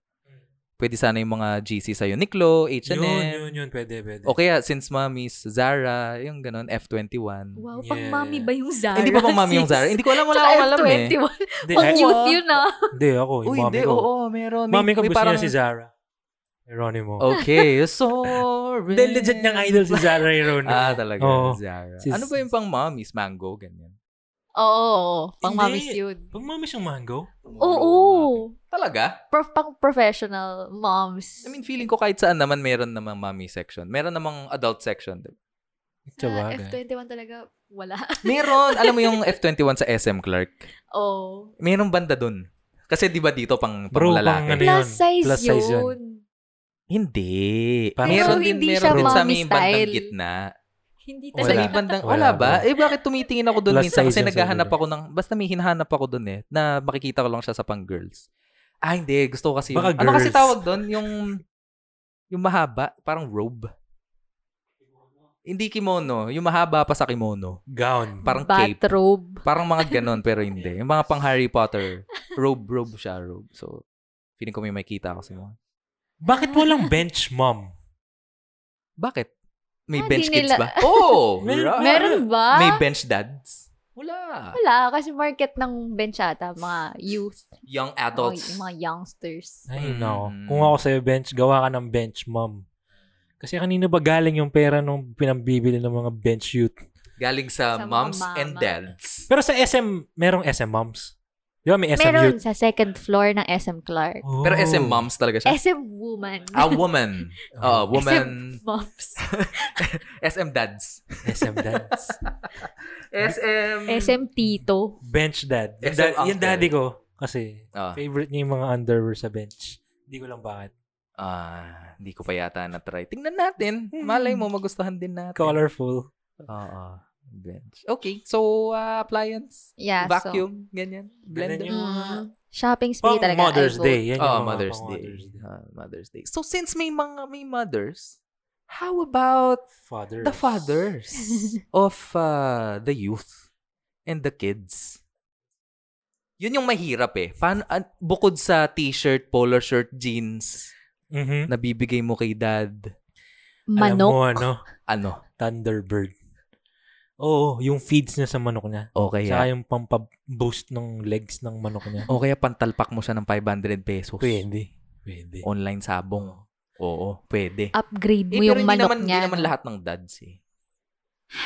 S1: Pwede sana yung mga GC sa Uniqlo, H&M.
S2: Yun, yun, yun. Pwede, pwede.
S1: O kaya, since mommy's Zara, yung ganun, F21.
S3: Wow,
S2: Yeah.
S3: pang mami ba yung Zara?
S1: Hindi pa Eh, pang mommy yung
S3: sis?
S1: Zara. Hindi ko alam, wala
S3: Tsaka
S1: akong alam eh.
S3: F21.
S2: Hindi,
S3: Pang
S2: ay-
S3: youth yun ah.
S2: hindi, ako. Yung
S1: Uy,
S2: mami
S1: hindi,
S2: ko.
S1: oo, meron. May-
S2: Mami ko
S1: may
S2: gusto
S1: parang- Oh.
S2: niya si Zara. Geronimo.
S1: Okay, sorry.
S2: Hindi, legit niyang idol si Zara Geronimo.
S1: Ah, talaga.
S2: Oo.
S1: Zara.
S2: Si-
S1: Ano ba yung pang mommies? Mango, ganyan.
S3: Oo, oo, oo. pang
S2: Hindi.
S3: mami yun.
S2: Pag mami siyang mango?
S3: Oo.
S1: Talaga?
S3: Prof, pang professional moms.
S1: I mean, feeling ko kahit saan naman meron namang mommy section. Meron namang adult section. di ba?
S3: Ah,
S2: Tsabagay.
S3: F21 talaga, wala.
S1: Meron. alam mo yung F21 sa SM Clark?
S3: Oo.
S1: Merong banda dun. Kasi di ba dito pang, pang
S2: Bro, pang
S1: lalaki?
S2: ano-
S3: Plus size
S2: Plus
S3: yun.
S2: size yun.
S1: Hindi.
S2: Parang-
S1: meron
S3: Pero
S1: din,
S3: hindi
S1: meron
S3: siya
S1: din sa
S3: mommy
S1: may bandang
S3: style.
S1: gitna.
S3: Hindi
S1: Sa
S3: talaga.
S1: may
S2: Wala.
S1: bandang,
S2: Wala,
S1: wala, ba?
S2: bro.
S1: Eh, bakit tumitingin ako dun
S2: Plus
S1: minsan? Kasi
S2: size yung
S1: naghahanap
S2: sabi
S1: ako ng, basta may hinahanap ako dun eh, na makikita ko lang siya sa pang girls. Ah, hindi. Gusto ko kasi yung,
S2: Baka
S1: ano kasi
S2: girls.
S1: tawag dun? Yung, yung mahaba, parang robe. Hindi kimono. Yung mahaba pa sa kimono.
S2: Gown.
S1: Parang cape.
S3: Bathrobe.
S1: Parang mga ganon, pero hindi. Yung mga pang Harry Potter. Robe, robe siya, robe. So, feeling ko may makita ako sa mga.
S2: Bakit walang bench mom?
S1: Bakit? May
S3: Ah,
S1: bench
S3: di
S1: kids
S3: nila-
S1: ba? Oo!
S2: Mer-
S1: right.
S3: Meron ba?
S1: Ah, ano? May bench dads? Wala.
S3: Wala, kasi market ng bench ata, mga youth,
S1: Young
S3: mga,
S1: adults.
S3: mga youngsters.
S2: Ay,
S1: Mm.
S2: no. Kung ako sa'yo bench, gawa ka ng bench mom. Kasi kanino ba galing yung pera nung pinambibili ng mga bench youth?
S1: Galing sa,
S3: Sa mga
S1: moms
S3: mama.
S1: and dads.
S2: Pero sa SM, merong SM moms. Di ba may SM
S3: Meron
S2: youth?
S3: sa second floor ng SM Clark.
S2: Oh.
S1: Pero SM moms talaga siya.
S3: SM woman.
S1: A woman. Oo, Ah,
S2: Oh,
S1: woman.
S3: SM moms.
S1: SM dads.
S2: SM dads.
S1: SM.
S3: SM tito.
S2: bench dad. Yung,
S1: SM
S2: da- yung
S1: uncle.
S2: daddy ko. Kasi
S1: Ah,
S2: favorite niya yung mga underwear sa bench. Hindi ko lang bakit.
S1: ah, hindi ko pa yata na-try. Tingnan natin. Malay mo, magustuhan din natin.
S2: Colorful.
S1: Oo. Bench. Okay, so uh, appliance,
S3: Yeah, so.
S1: vacuum, ganyan, blender.
S2: Ganyan yung-
S3: Mm, shopping spree
S2: Pang
S3: talaga.
S2: Mother's
S3: I vote.
S2: Day. Yan yung
S1: Oh,
S2: mga
S1: Mother's
S2: pang
S1: Day.
S2: Mother's Day.
S1: Ah, Mother's Day. So since may mga may mothers, how about
S2: Father.
S1: the fathers of uh, the youth and the kids. Yun yung mahirap eh. Paano, an- bukod sa t-shirt, polo shirt, jeans,
S2: Mhm.
S1: nabibigay mo kay dad,
S2: Alam
S3: Manok.
S2: mo ano?
S1: ano,
S2: Thunderbird. Oo, yung feeds niya sa manok niya.
S1: o kaya,
S2: Saka yung pampaboost ng legs ng manok niya.
S1: o kaya pantalpak mo siya ng 500 pesos.
S2: Pwede. Pwede.
S1: Online sabong. Oo, pwede.
S3: Upgrade
S1: Eh,
S3: mo
S1: pero
S3: yung
S1: hindi
S3: manok
S1: naman,
S3: niya.
S1: hindi naman lahat ng dads eh.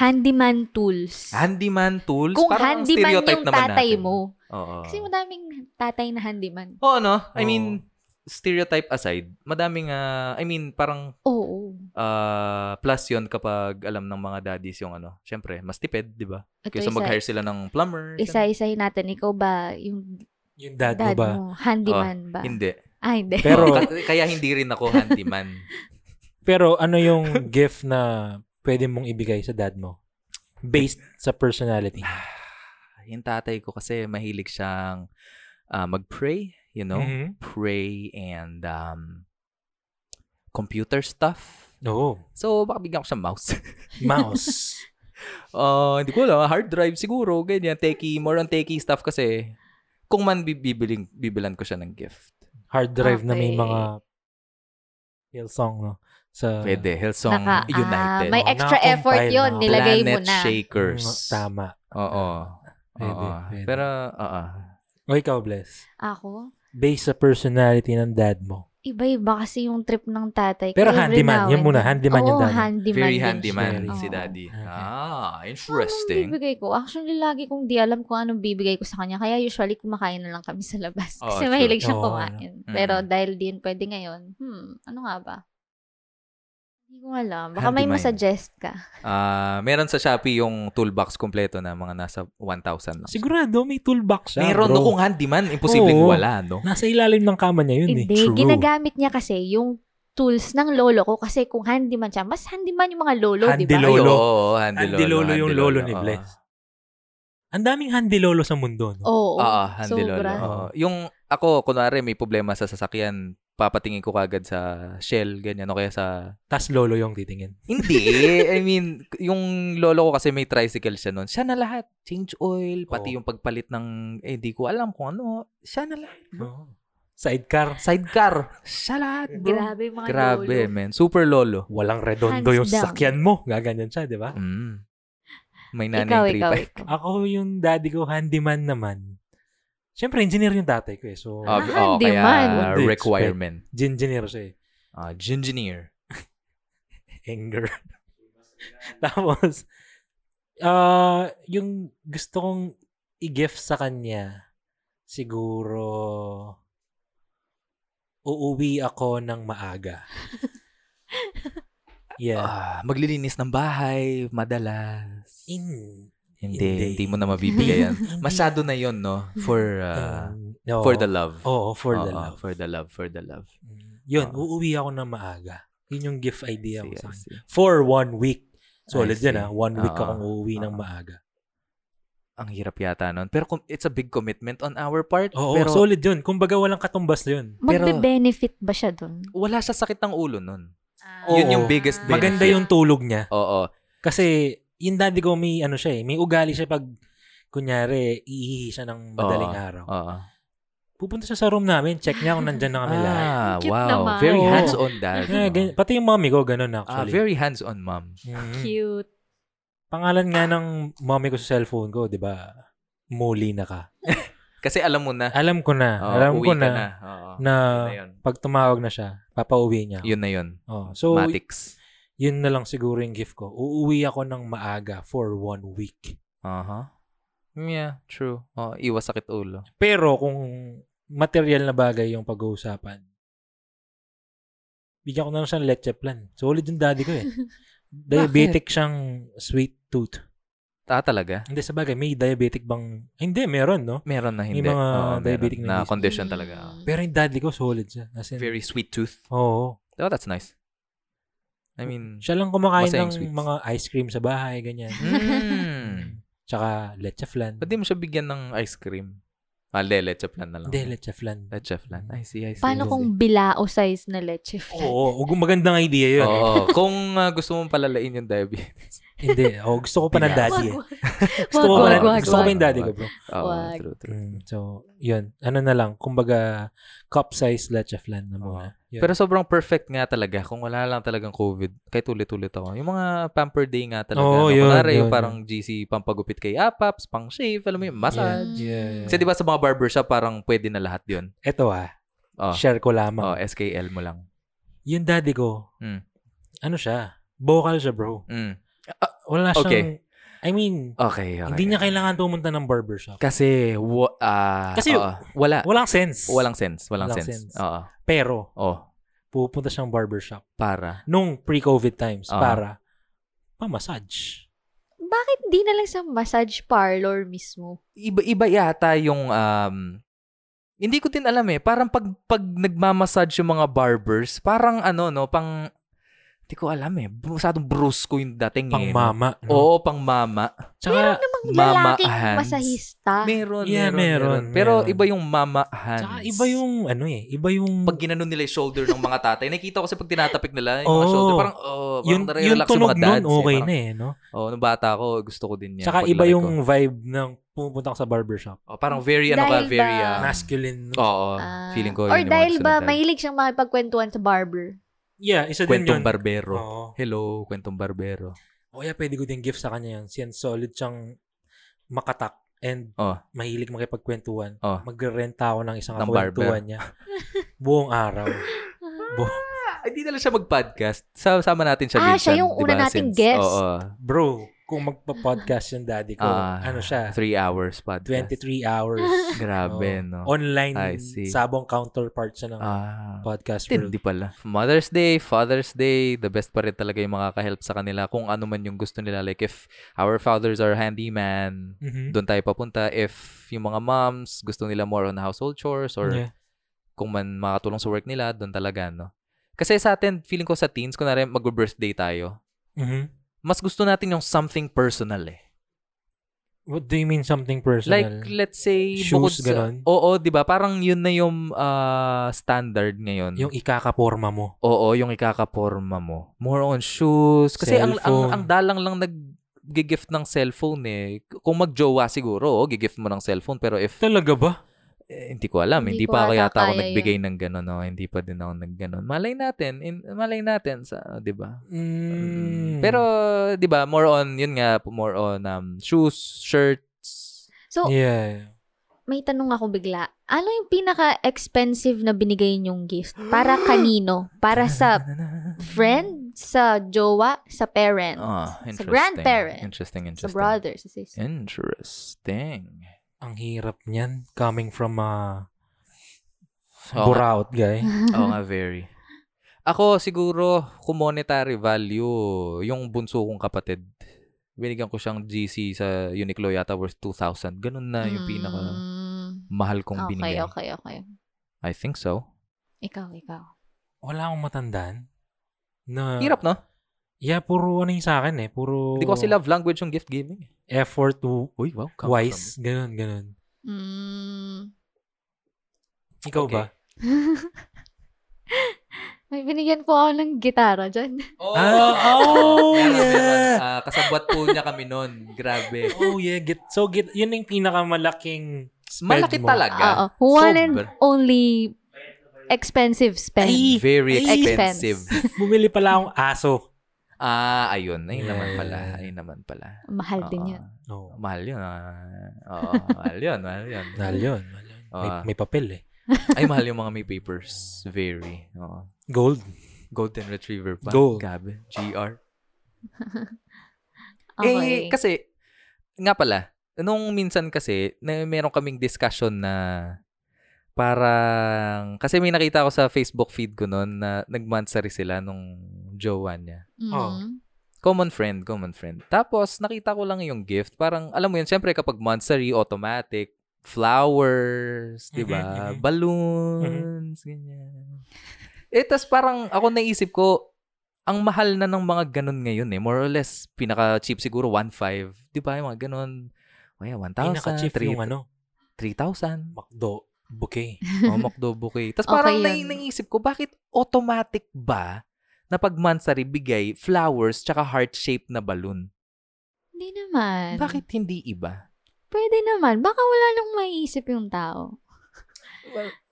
S3: Handyman tools.
S1: Handyman tools,
S3: Kung
S1: parang ang
S3: handyman
S1: stereotype
S3: yung
S1: naman
S3: tatay
S1: natin. Oh.
S3: mo.
S1: Oo.
S3: Kasi madaming tatay na handyman.
S1: Oo, no? I
S2: Oo.
S1: mean, stereotype aside, madaming, ah, I mean, parang
S3: Oo.
S1: ah, plus yon kapag alam ng mga daddies yung ano, syempre, mas tipid, di ba?
S3: Ito
S1: Kaysa
S3: isa,
S1: mag-hire sila ng plumber.
S3: isa-isahin natin. Ikaw ba, yung
S2: Yung dad, mo
S3: dad
S2: ba?
S3: mo, handyman
S1: syempre. Oh,
S3: ba?
S1: Hindi.
S3: Ah, hindi.
S2: Pero,
S1: Ka- Kaya hindi rin ako handyman.
S2: pero ano yung gift na pwede mong ibigay sa dad mo? Based sa personality.
S1: yung tatay ko kasi mahilig siyang ah, mag-pray, you know?
S2: Mhm.
S1: Pray and um, computer stuff.
S2: Oo.
S1: So, baka bigyan ko siya mouse.
S2: Mouse.
S1: Ah, hindi ko alam. Hard drive siguro. Ganyan. Techie. More on techie stuff kasi. Kung man bibiling, bibilan ko siya ng gift.
S2: Hard drive na may
S3: Okay.
S2: mga Hillsong, no? Sa
S1: Pwede. Hillsong
S3: Naka- ah,
S1: United.
S3: may
S2: Oo,
S3: extra
S2: nakakompile
S3: effort yun.
S2: na.
S3: Nilagay mo
S1: Planet
S3: na.
S1: Shakers.
S2: Mm, Tama.
S1: Oo.
S2: Pwede,
S1: Oo.
S2: pwede.
S1: Pero, oo.
S2: O ikaw, Bless.
S3: Ako?
S2: Based sa personality ng dad mo.
S3: Iba-iba kasi yung trip ng tatay. ko.
S2: Pero
S3: Every
S2: handyman,
S3: now
S2: yun
S3: and
S2: muna,
S3: then.
S2: handyman yung
S3: Oo,
S2: dad mo.
S3: handyman.
S1: Very
S3: din
S1: handy man
S2: siya.
S1: si
S3: Oo.
S1: daddy.
S2: Okay.
S1: Ah,
S3: Anong
S1: interesting.
S3: bibigay ko? Actually, lagi kong di alam kung anong bibigay ko sa kanya. Kaya usually, kumakain na lang kami sa labas.
S1: Oo, Oh,
S3: Kasi
S1: true.
S3: mahilig siyang
S2: Oo,
S3: kumain.
S1: ano.
S3: Pero
S1: Mm.
S3: dahil din pwede ngayon, hmm, ano nga ba? Hindi ko alam. Baka may
S1: Handyman.
S3: masuggest ka.
S1: Ah, meron sa Shopee yung toolbox kompleto na mga nasa 1,000 na.
S2: Sigurado, may toolbox siya,
S1: Meron
S2: bro.
S1: akong handyman. Imposibleng
S2: Oo.
S1: wala, no?
S2: Nasa ilalim ng kama niya yun
S3: Hindi,
S2: eh. True.
S3: ginagamit niya kasi yung tools ng lolo ko kasi kung handyman siya, mas handyman yung mga lolo, di ba?
S2: Handy lolo.
S1: Ay, oo, oo, handy lolo. ah.
S2: Handy lolo yung
S1: handy
S2: lolo ni
S1: oo.
S2: Bless. Ang daming handi lolo sa mundo, no?
S3: Oo,
S1: Oo, handi
S3: sobra.
S1: Ah, lolo. Oo. Yung ako, kunwari may problema sa sasakyan, papatingin ko kagad sa Shell, ganyan, o kaya sa...
S2: Tas lolo yung titingin.
S1: Hindi, I mean, yung lolo ko kasi may tricycle siya noon. Siya na lahat. Change oil, pati
S2: Oo.
S3: Oh.
S1: yung pagpalit ng, eh, di ko alam kung ano. Siya na lahat.
S2: Oo. Sidecar.
S1: Sidecar. Salad, bro.
S3: Grabe mga
S1: Grabe,
S3: lolo.
S1: man. Super lolo.
S2: Walang redondo
S3: Hands
S2: yung
S3: down.
S2: sasakyan mo. Gaganyan siya, di ba?
S1: Mm. May
S3: Ikaw,
S1: nanay
S3: ikaw,
S1: trip.
S3: ikaw.
S2: Ako yung daddy ko, handyman naman. Siyempre, engineer yung tatay ko eh. So,
S1: Ah,
S3: Ah,
S1: oh,
S3: hindi
S1: kaya
S3: man.
S2: What do you
S1: requirement.
S2: engineer siya eh.
S1: Ah, engineer.
S2: Anger. Tapos, ah yung gusto kong i-gift sa kanya, siguro, uuwi ako ng maaga. Yeah.
S1: Ah, maglilinis ng bahay, madalas.
S2: In.
S1: hindi,
S2: hindi.
S1: hindi mo na mabibigay yan.
S2: Hindi.
S1: Masyado na yon no? For, uh,
S2: Um, no.
S1: for the love.
S2: Oo, for the
S1: Oo,
S2: love.
S1: For the love, for the love.
S2: Mm. Yun,
S1: Oo.
S2: uuwi ako ng maaga. Yun yung gift idea ko
S1: See,
S2: sa
S1: I
S2: kanya.
S1: see.
S2: For one week. Solid
S1: I see.
S2: yan ah. One week
S1: Oo.
S2: akong uuwi ng
S1: Oo.
S2: maaga.
S1: Ang hirap yata nun. Pero kung- it's a big commitment on our part.
S2: Oo,
S1: pero
S2: solid yun. Kumbaga walang katumbas yun.
S1: Pero-
S3: Magbe-benefit ba siya dun?
S1: wala siya sakit ng ulo nun.
S2: Oo. Yun yung
S1: Ah. biggest benefit.
S2: Maganda yung tulog niya.
S1: Oo.
S2: Kasi yung daddy ko may ano siya eh. May ugali siya pag kunyari iihi siya ng madaling araw.
S1: Oo.
S2: Pupunta siya sa room namin. Check niya kung nandyan na kami lahat.
S1: Ah,
S3: Cute
S1: wow.
S3: naman.
S1: Very
S2: Oo.
S1: hands-on dad.
S2: Yeah,
S1: no?
S2: ganyan. Pati yung mommy ko, ganun
S1: Ah,
S2: actually.
S1: very hands-on mom.
S2: Mm.
S3: Cute.
S2: Pangalan nga ng mommy ko sa cellphone ko, di ba? Muli na ka.
S1: Kasi alam mo na.
S2: Alam ko na.
S1: Oo,
S2: alam
S1: uwi
S2: ko
S1: ka na.
S2: na, na,
S1: Oo. Yun na yun.
S2: pag tumawag na siya, papauwi niya.
S1: Yun na yun.
S2: Oh, so,
S1: Matics.
S2: yun na lang siguro yung gift ko. Uuwi ako ng maaga for one week.
S1: Aha.
S2: uh-huh.
S1: Yeah, true. Oh, iwas sakit ulo.
S2: Pero kung material na bagay yung pag-uusapan, bigyan ko na lang siyang leche plan. Solid yung daddy ko eh. diabetic siyang sweet tooth.
S1: Ah, talaga?
S2: Hindi, sa bagay, may diabetic bang... Hindi, meron, no?
S1: Meron na hindi.
S2: May mga
S1: Oo, meron.
S2: diabetic na
S1: na
S2: disease.
S1: condition talaga.
S3: Mm.
S2: Pero yung daddy ko, solid siya. As in,
S1: Very sweet tooth.
S2: oo.
S1: Oh, that's nice. I mean,
S2: Siya lang kumakain
S1: Masayang
S2: ng
S1: sweets.
S2: mga ice cream sa bahay, ganyan.
S1: mm.
S2: Tsaka leche flan.
S1: Ba't di mo siya bigyan ng ice cream? Ah, le, leche flan na lang.
S2: Hindi, leche flan.
S1: Leche flan. I see, I see.
S3: Paano
S1: I see.
S3: kung bilao size na leche flan?
S2: Oo, ug- magandang idea yun.
S1: Oo. kung ah, gusto mong palalain yung diabetes.
S2: Hindi, oh, gusto ko pa ng
S1: Bilao.
S2: daddy eh.
S3: Wag,
S2: Gusto ko
S1: Wag,
S2: pa
S1: wag,
S2: ng,
S1: wag,
S2: gusto ko pa
S1: wag.
S2: yung daddy ko, bro.
S1: Oo,
S3: Wag.
S1: true, true.
S2: Mm, so, yun. Ano na lang, kumbaga, cup size leche flan na muna. Yun.
S1: Pero sobrang perfect nga talaga kung wala lang talagang COVID. Kahit ulit-ulit ako. Yung mga pamper day nga talaga.
S2: Oo,
S1: no?
S2: yun,
S1: Kunwari, yung
S2: yun.
S1: parang GC pampagupit kay Apaps, pang shave, alam mo yun, massage.
S2: Yeah, yeah, yeah.
S1: Kasi di ba sa mga barbershop parang pwede na lahat yun.
S2: Eto ah,
S1: Oh,
S2: share ko
S1: oh
S2: lamang.
S1: SKL mo lang.
S2: Yung daddy ko,
S1: Mm.
S2: ano siya? Vocal siya, bro.
S1: Mm.
S2: Wala
S1: Okay.
S2: siyang, I mean,
S1: Okay, okay.
S2: hindi niya kailangan pumunta ng barbershop.
S1: Kasi, wa- ah,
S2: Kasi-
S1: oo, wala.
S2: Walang sense.
S1: Walang sense. Walang,
S2: Walang
S1: sense.
S2: sense.
S1: Oo.
S2: Pero,
S1: Oh,
S2: pupunta siyang barbershop.
S1: para.
S2: Nung pre-COVID times,
S1: Ah.
S2: para pa-massage.
S3: Bakit di na lang sa massage parlor mismo?
S1: Iba, iba yata yung, um, hindi ko din alam eh. Parang pag, pag nagmamassage yung mga barbers, parang ano, no, pang, hindi ko alam eh. Masyadong brusko yung dating
S2: Pang
S1: eh. no?
S2: mama. No?
S1: Oo, pang mama.
S2: Tsaka,
S3: Namang
S1: Mama
S3: lalaking
S1: hands.
S3: masahista.
S1: Meron,
S2: Yeah,
S1: meron, meron,
S2: meron,
S1: Pero
S2: meron.
S1: iba yung mama hands.
S2: Tsaka iba yung ano eh, iba yung
S1: pag ginanon nila yung shoulder ng mga tatay, nakikita ko kasi pag tinatapik nila yung mga
S2: Oo.
S1: shoulder, parang, oh, parang
S2: yung, yung
S1: nare-relax yung
S2: tunog
S1: mga dads.
S2: nun okay
S1: eh,
S2: na eh, no?
S1: Oh, nung bata ako, gusto ko din yan.
S2: Tsaka
S1: paglaki
S2: iba
S1: ko.
S2: yung vibe ng pumunta ka sa barbershop.
S1: Oh, parang very, ano ka,
S3: Dahil
S1: very,
S3: ba-
S1: ah,
S2: Masculine.
S1: Oo,
S3: Ah.
S1: feeling ko.
S3: Or
S1: yun yung mga
S3: dahil
S1: gusto
S3: ba
S1: ng dad.
S3: mahilig siyang makipagkwentuhan sa barber?
S2: Yeah, isa din
S1: Kwentong
S2: yun. Oh.
S1: barbero.
S2: Oo.
S1: Hello, kwentong barbero.
S2: O yeah, pwede ko din gift sa kanya yun. Since solid siyang makatak and
S1: Oh.
S2: mahilig makipagkwentuhan.
S1: Oh.
S2: Magre-renta ako ng isang
S1: Ng barber.
S2: kakwentuhan niya. Buong araw.
S1: Ah, Hindi na lang siya mag-podcast. Sa- Sama natin siya
S3: Ah,
S1: minsan.
S3: siya yung
S1: di
S3: una
S1: ba,
S3: nating
S1: since-
S3: guest.
S1: Oo.
S2: Bro, kung magpa-podcast yung daddy ko,
S1: Ah,
S2: ano siya,
S1: Three hours podcast.
S2: 23 hours. Oh.
S1: Grabe, no? I
S2: Online
S1: see.
S2: sabong counterpart siya ng
S1: Ah,
S2: podcast world.
S1: Hindi pala. Mother's Day, Father's Day, the best pa rin talaga yung makakahelp sa kanila kung ano man yung gusto nila. Like if our fathers are handyman,
S2: Mhm.
S1: doon tayo papunta. If yung mga moms, gusto nila more on household chores or
S2: Yeah.
S1: kung man makatulong sa work nila, doon talaga, no? Kasi sa atin, feeling ko sa teens, kunwari mag-birthday tayo,
S2: Mhm.
S1: mas gusto natin yung something personal eh.
S2: What do you mean something personal?
S1: Like, uh, let's say,
S2: Shoes,
S1: bukod sa-
S2: ganon?
S1: Oo, di ba? Parang yun na yung ah, standard ngayon.
S2: yung ikakaporma mo.
S1: Oo, yung ikakaporma mo. More on shoes. Kasi ang, ang,
S2: Cellphone.
S1: ang dalang lang nag gift ng cellphone eh. Kung magjowa siguro, oh, gigift mo ng cellphone. Pero if,
S2: Talaga ba?
S1: Eh, hindi ko alam. Hindi,
S3: Hindi ko
S1: pa ako
S3: ata
S1: yata ako
S3: kaya yun.
S1: nagbigay ng gano'n. No? Hindi pa din ako nagganon. Malay natin. In, malay natin sa, oh, di ba?
S2: Mm.
S1: Pero, di ba, more on, yun nga, more on um, shoes, shirts.
S3: So,
S2: yeah.
S3: may tanong ako bigla. Ano yung pinaka-expensive na binigay niyong gift? Para kanino? Para sa friend? Sa jowa? Sa parent?
S2: Oh,
S1: Ah,
S3: sa
S1: interesting.
S3: grandparent?
S1: Interesting,
S3: sa
S1: interesting.
S3: brother? Sa sister?
S1: Interesting.
S2: Ang hirap niyan coming from a
S1: Oo Hmm.
S2: buraot guy.
S1: nga- Oo nga, very. Ako, siguro, kung monetary value, yung bunso kong kapatid, binigyan ko siyang GC sa Uniqlo yata worth 2,000. Ganun na
S2: ano
S1: yung pinaka
S3: Mm,
S1: mahal kong
S3: Hmm. Okay,
S1: binigay.
S3: okay, okay.
S1: I think so.
S3: Ikaw, ikaw.
S2: Wala akong matandaan. Na,
S1: Hirap, no?
S2: Yeah, puro ano yung sa akin eh. Puro
S1: Hindi ko kasi love language yung gift giving. eh.
S2: effort to
S1: Uy, wow. come
S2: wise. Ganun, ganun.
S3: Mm,
S2: Ikaw
S1: Okay.
S2: ba?
S3: may binigyan po ako ng gitara dyan.
S1: from- Oh,
S2: Ah, oh, yeah.
S1: Ah, kasabwat po niya kami noon. Grabe.
S2: Oh yeah, get, so get, yun yung pinakamalaking spread
S1: Malaki
S2: mo.
S1: talaga.
S3: Oo. One and
S1: Sobra.
S3: only expensive spend.
S2: Ay!
S1: Very
S2: Ay!
S1: expensive.
S2: Bumili pala akong aso.
S1: Ah, ayun. Ayun naman pala.
S2: Yeah.
S1: Ayun naman pala.
S3: Mahal din
S1: Oo.
S3: yun.
S2: No.
S1: Mahal yun. ah. Oo, mahal yun. Mahal yun.
S2: Dahil yun. mahal yun. May,
S1: Ah.
S2: may papel eh.
S1: Ay, mahal yung mga may papers. Very. Oo.
S2: Gold.
S1: Golden Retriever pa.
S2: Gold.
S1: Gabi. GR. Eh,
S3: Okay.
S1: kasi, nga pala, nung minsan kasi, na, meron kaming discussion na parang, kasi may nakita ako sa Facebook feed ko noon na nagmansari sila nung jowa niya.
S3: Mm.
S2: oh.
S1: Common friend, common friend. Tapos, nakita ko lang yung gift. Parang, alam mo yun, syempre kapag mansari, automatic, flowers, di ba?
S2: Mhm, mhm.
S1: Balloons, ganyan. Eh, tas parang ako naisip ko, ang mahal na ng mga ganun ngayon eh. More or less, pinaka-cheap siguro, 1.5. Di ba? Yung mga ganun. Kaya
S2: Pinaka-chief
S1: 1,000,
S2: yung
S1: 3,000.
S2: ano, McDo bouquet.
S1: Oh, McDo bouquet. Tapos
S3: Okay
S1: parang
S3: yun.
S1: nai- naisip ko, bakit automatic ba na pag mansari bigay flowers tsaka heart-shaped na balloon?
S3: Hindi naman.
S1: Bakit hindi iba?
S3: Pwede naman. Baka wala nang maiisip yung tao.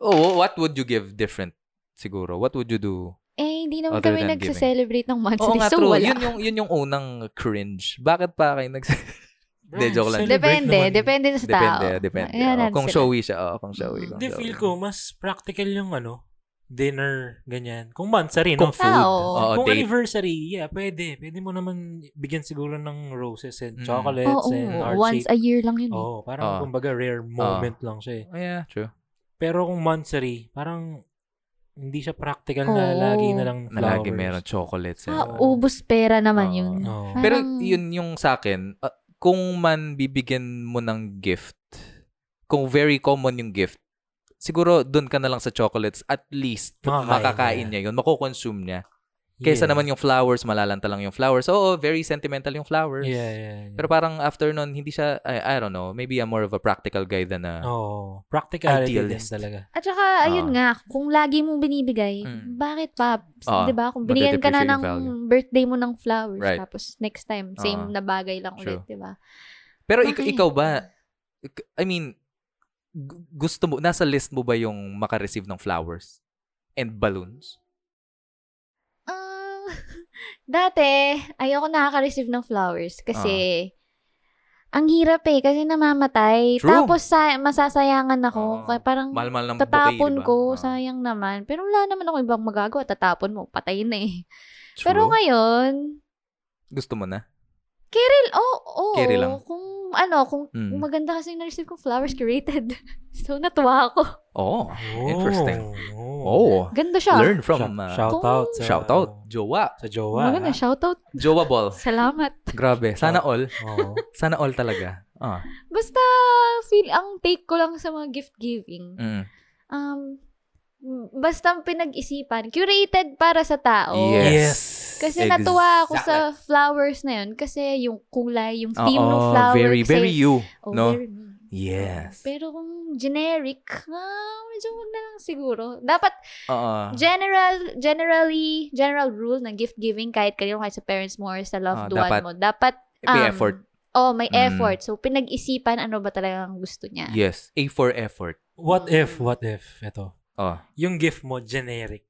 S1: Oh, what would you give different siguro? What would you do?
S3: Eh, hindi naman
S1: Other
S3: kami
S1: than
S3: nagsa-celebrate ng
S1: Oh, Oo
S3: monthly.
S1: nga,
S3: so,
S1: true.
S3: wala.
S1: Yun yung, yun yung unang cringe. Bakit pa kayo nags... Hindi, joke lang.
S3: depende.
S2: Ah, Celebrate naman.
S3: Depende sa tao.
S1: depende, depende.
S3: Ayan,
S1: Oh, kung
S3: sila.
S1: showy siya, oh, kung showy.
S3: Mm.
S1: Kung
S2: Hindi,
S1: showy.
S2: feel ko, mas practical yung ano, dinner, ganyan. Kung mansari,
S1: Kung
S2: no?
S1: food.
S3: Ah, Oo.
S1: Oo,
S2: Kung
S1: date.
S2: anniversary, yeah, pwede. Pwede mo naman bigyan siguro ng roses and
S1: Mm. Ah.
S2: chocolates
S3: Oo,
S2: and heart
S3: once a year lang yun. eh.
S1: Oh,
S2: Oo,
S1: Oo.
S2: parang kumbaga rare moment lang siya eh.
S1: Oh, yeah, true.
S2: Pero kung monthsary, parang hindi siya practical na
S3: Oo.
S2: lagi na lang flowers.
S1: Nalagi meron chocolates. eh.
S3: Ah,
S2: Oo.
S3: ubus pera
S1: Oo.
S3: naman yun.
S2: Oo.
S3: Parang-
S1: Pero yun yung sa akin, ah, kung man bibigyan mo ng gift, kung very common yung gift, siguro doon ka na lang sa chocolates, at least
S2: Makakain
S1: makakain
S2: niya.
S1: niya yun, makukonsume niya. Kaysa
S2: Yeah.
S1: naman yung flowers, malalanta lang yung flowers. Oo, very sentimental yung flowers.
S2: Yeah, yeah, yeah.
S1: Pero parang after nun, hindi siya, I, I don't know, maybe I'm more of a practical guy than
S2: Oh.
S1: a...
S2: Oo. Practicality din
S1: Idealist.
S2: talaga.
S3: At saka, ayun
S1: Ah.
S3: nga, kung lagi mong binibigay,
S1: Mm.
S3: bakit pa?
S1: Ah,
S3: 'Di ba? Kung binigyan ka na
S1: matidepreciate
S3: ng
S1: yung
S3: birthday mo ng flowers,
S1: Right.
S3: tapos next time,
S1: Ah.
S3: same na bagay lang ulit,
S1: True.
S3: 'di ba?
S1: Pero ik-
S3: Okay.
S1: ikaw ba, ik- I mean, gu- gusto mo, nasa list mo ba yung makareceive ng flowers and balloons?
S3: Ah, dati, ayoko nakaka-receive ng flowers kasi ang hirap eh, kasi
S1: Ah.
S3: namamatay.
S1: True.
S3: Tapos sa, masasayangan ako.
S1: Ah.
S3: kaya parang
S1: Mahal-mahal ng bouquet,
S3: Mm, tatapon
S1: diba?
S3: ko,
S1: Ah,
S3: sayang naman. Pero wala naman ako ibang magagawa, tatapon mo, patay na eh.
S1: true.
S3: Pero ngayon,
S1: Gusto mo na?
S3: Kiril, oo. Oh, oo.
S1: Kiril lang.
S3: Kung ano, kung
S1: Mm.
S3: kung maganda kasi yung na-receive kong flowers curated. so, natuwa ako.
S1: Oh,
S2: Oh.
S1: Interesting.
S2: Oh.
S1: oh.
S3: Ganda siya.
S1: Learn from...
S2: Shout,
S1: uh, shout,
S2: shout out. Sa,
S1: out. Jowa.
S2: Sa jowa.
S3: Maganda, shoutout.
S1: Jowa ball.
S3: Salamat.
S1: Grabe. Sana all.
S2: Oo.
S1: Sana all talaga. Ah.
S3: Basta, feel, ang take ko lang sa mga gift giving.
S1: Mm.
S3: Um, basta pinag-isipan. Curated para sa tao.
S1: Yes.
S3: Kasi
S1: Exactly.
S3: natuwa ako sa flowers na yun. Kasi yung kulay, yung theme ng
S1: Oo,
S3: flower.
S1: very,
S3: kasi-
S1: very you.
S3: Oh,
S1: no?
S3: very me.
S1: Yes.
S3: Pero kung generic, ah, medyo wag na lang siguro. Dapat
S1: Oo.
S3: General, generally, general rule ng gift giving kahit kayo, kahit sa parents mo or sa
S1: Ah,
S3: loved one
S1: dapat
S3: mo, dapat
S1: May
S3: um,
S1: effort.
S3: Oo, Oh, may
S1: Mm.
S3: effort. So, pinag-isipan ano ba talaga ang gusto niya.
S1: Yes. A for effort.
S2: What if, what if, eto.
S1: Oh.
S2: Yung gift mo, generic.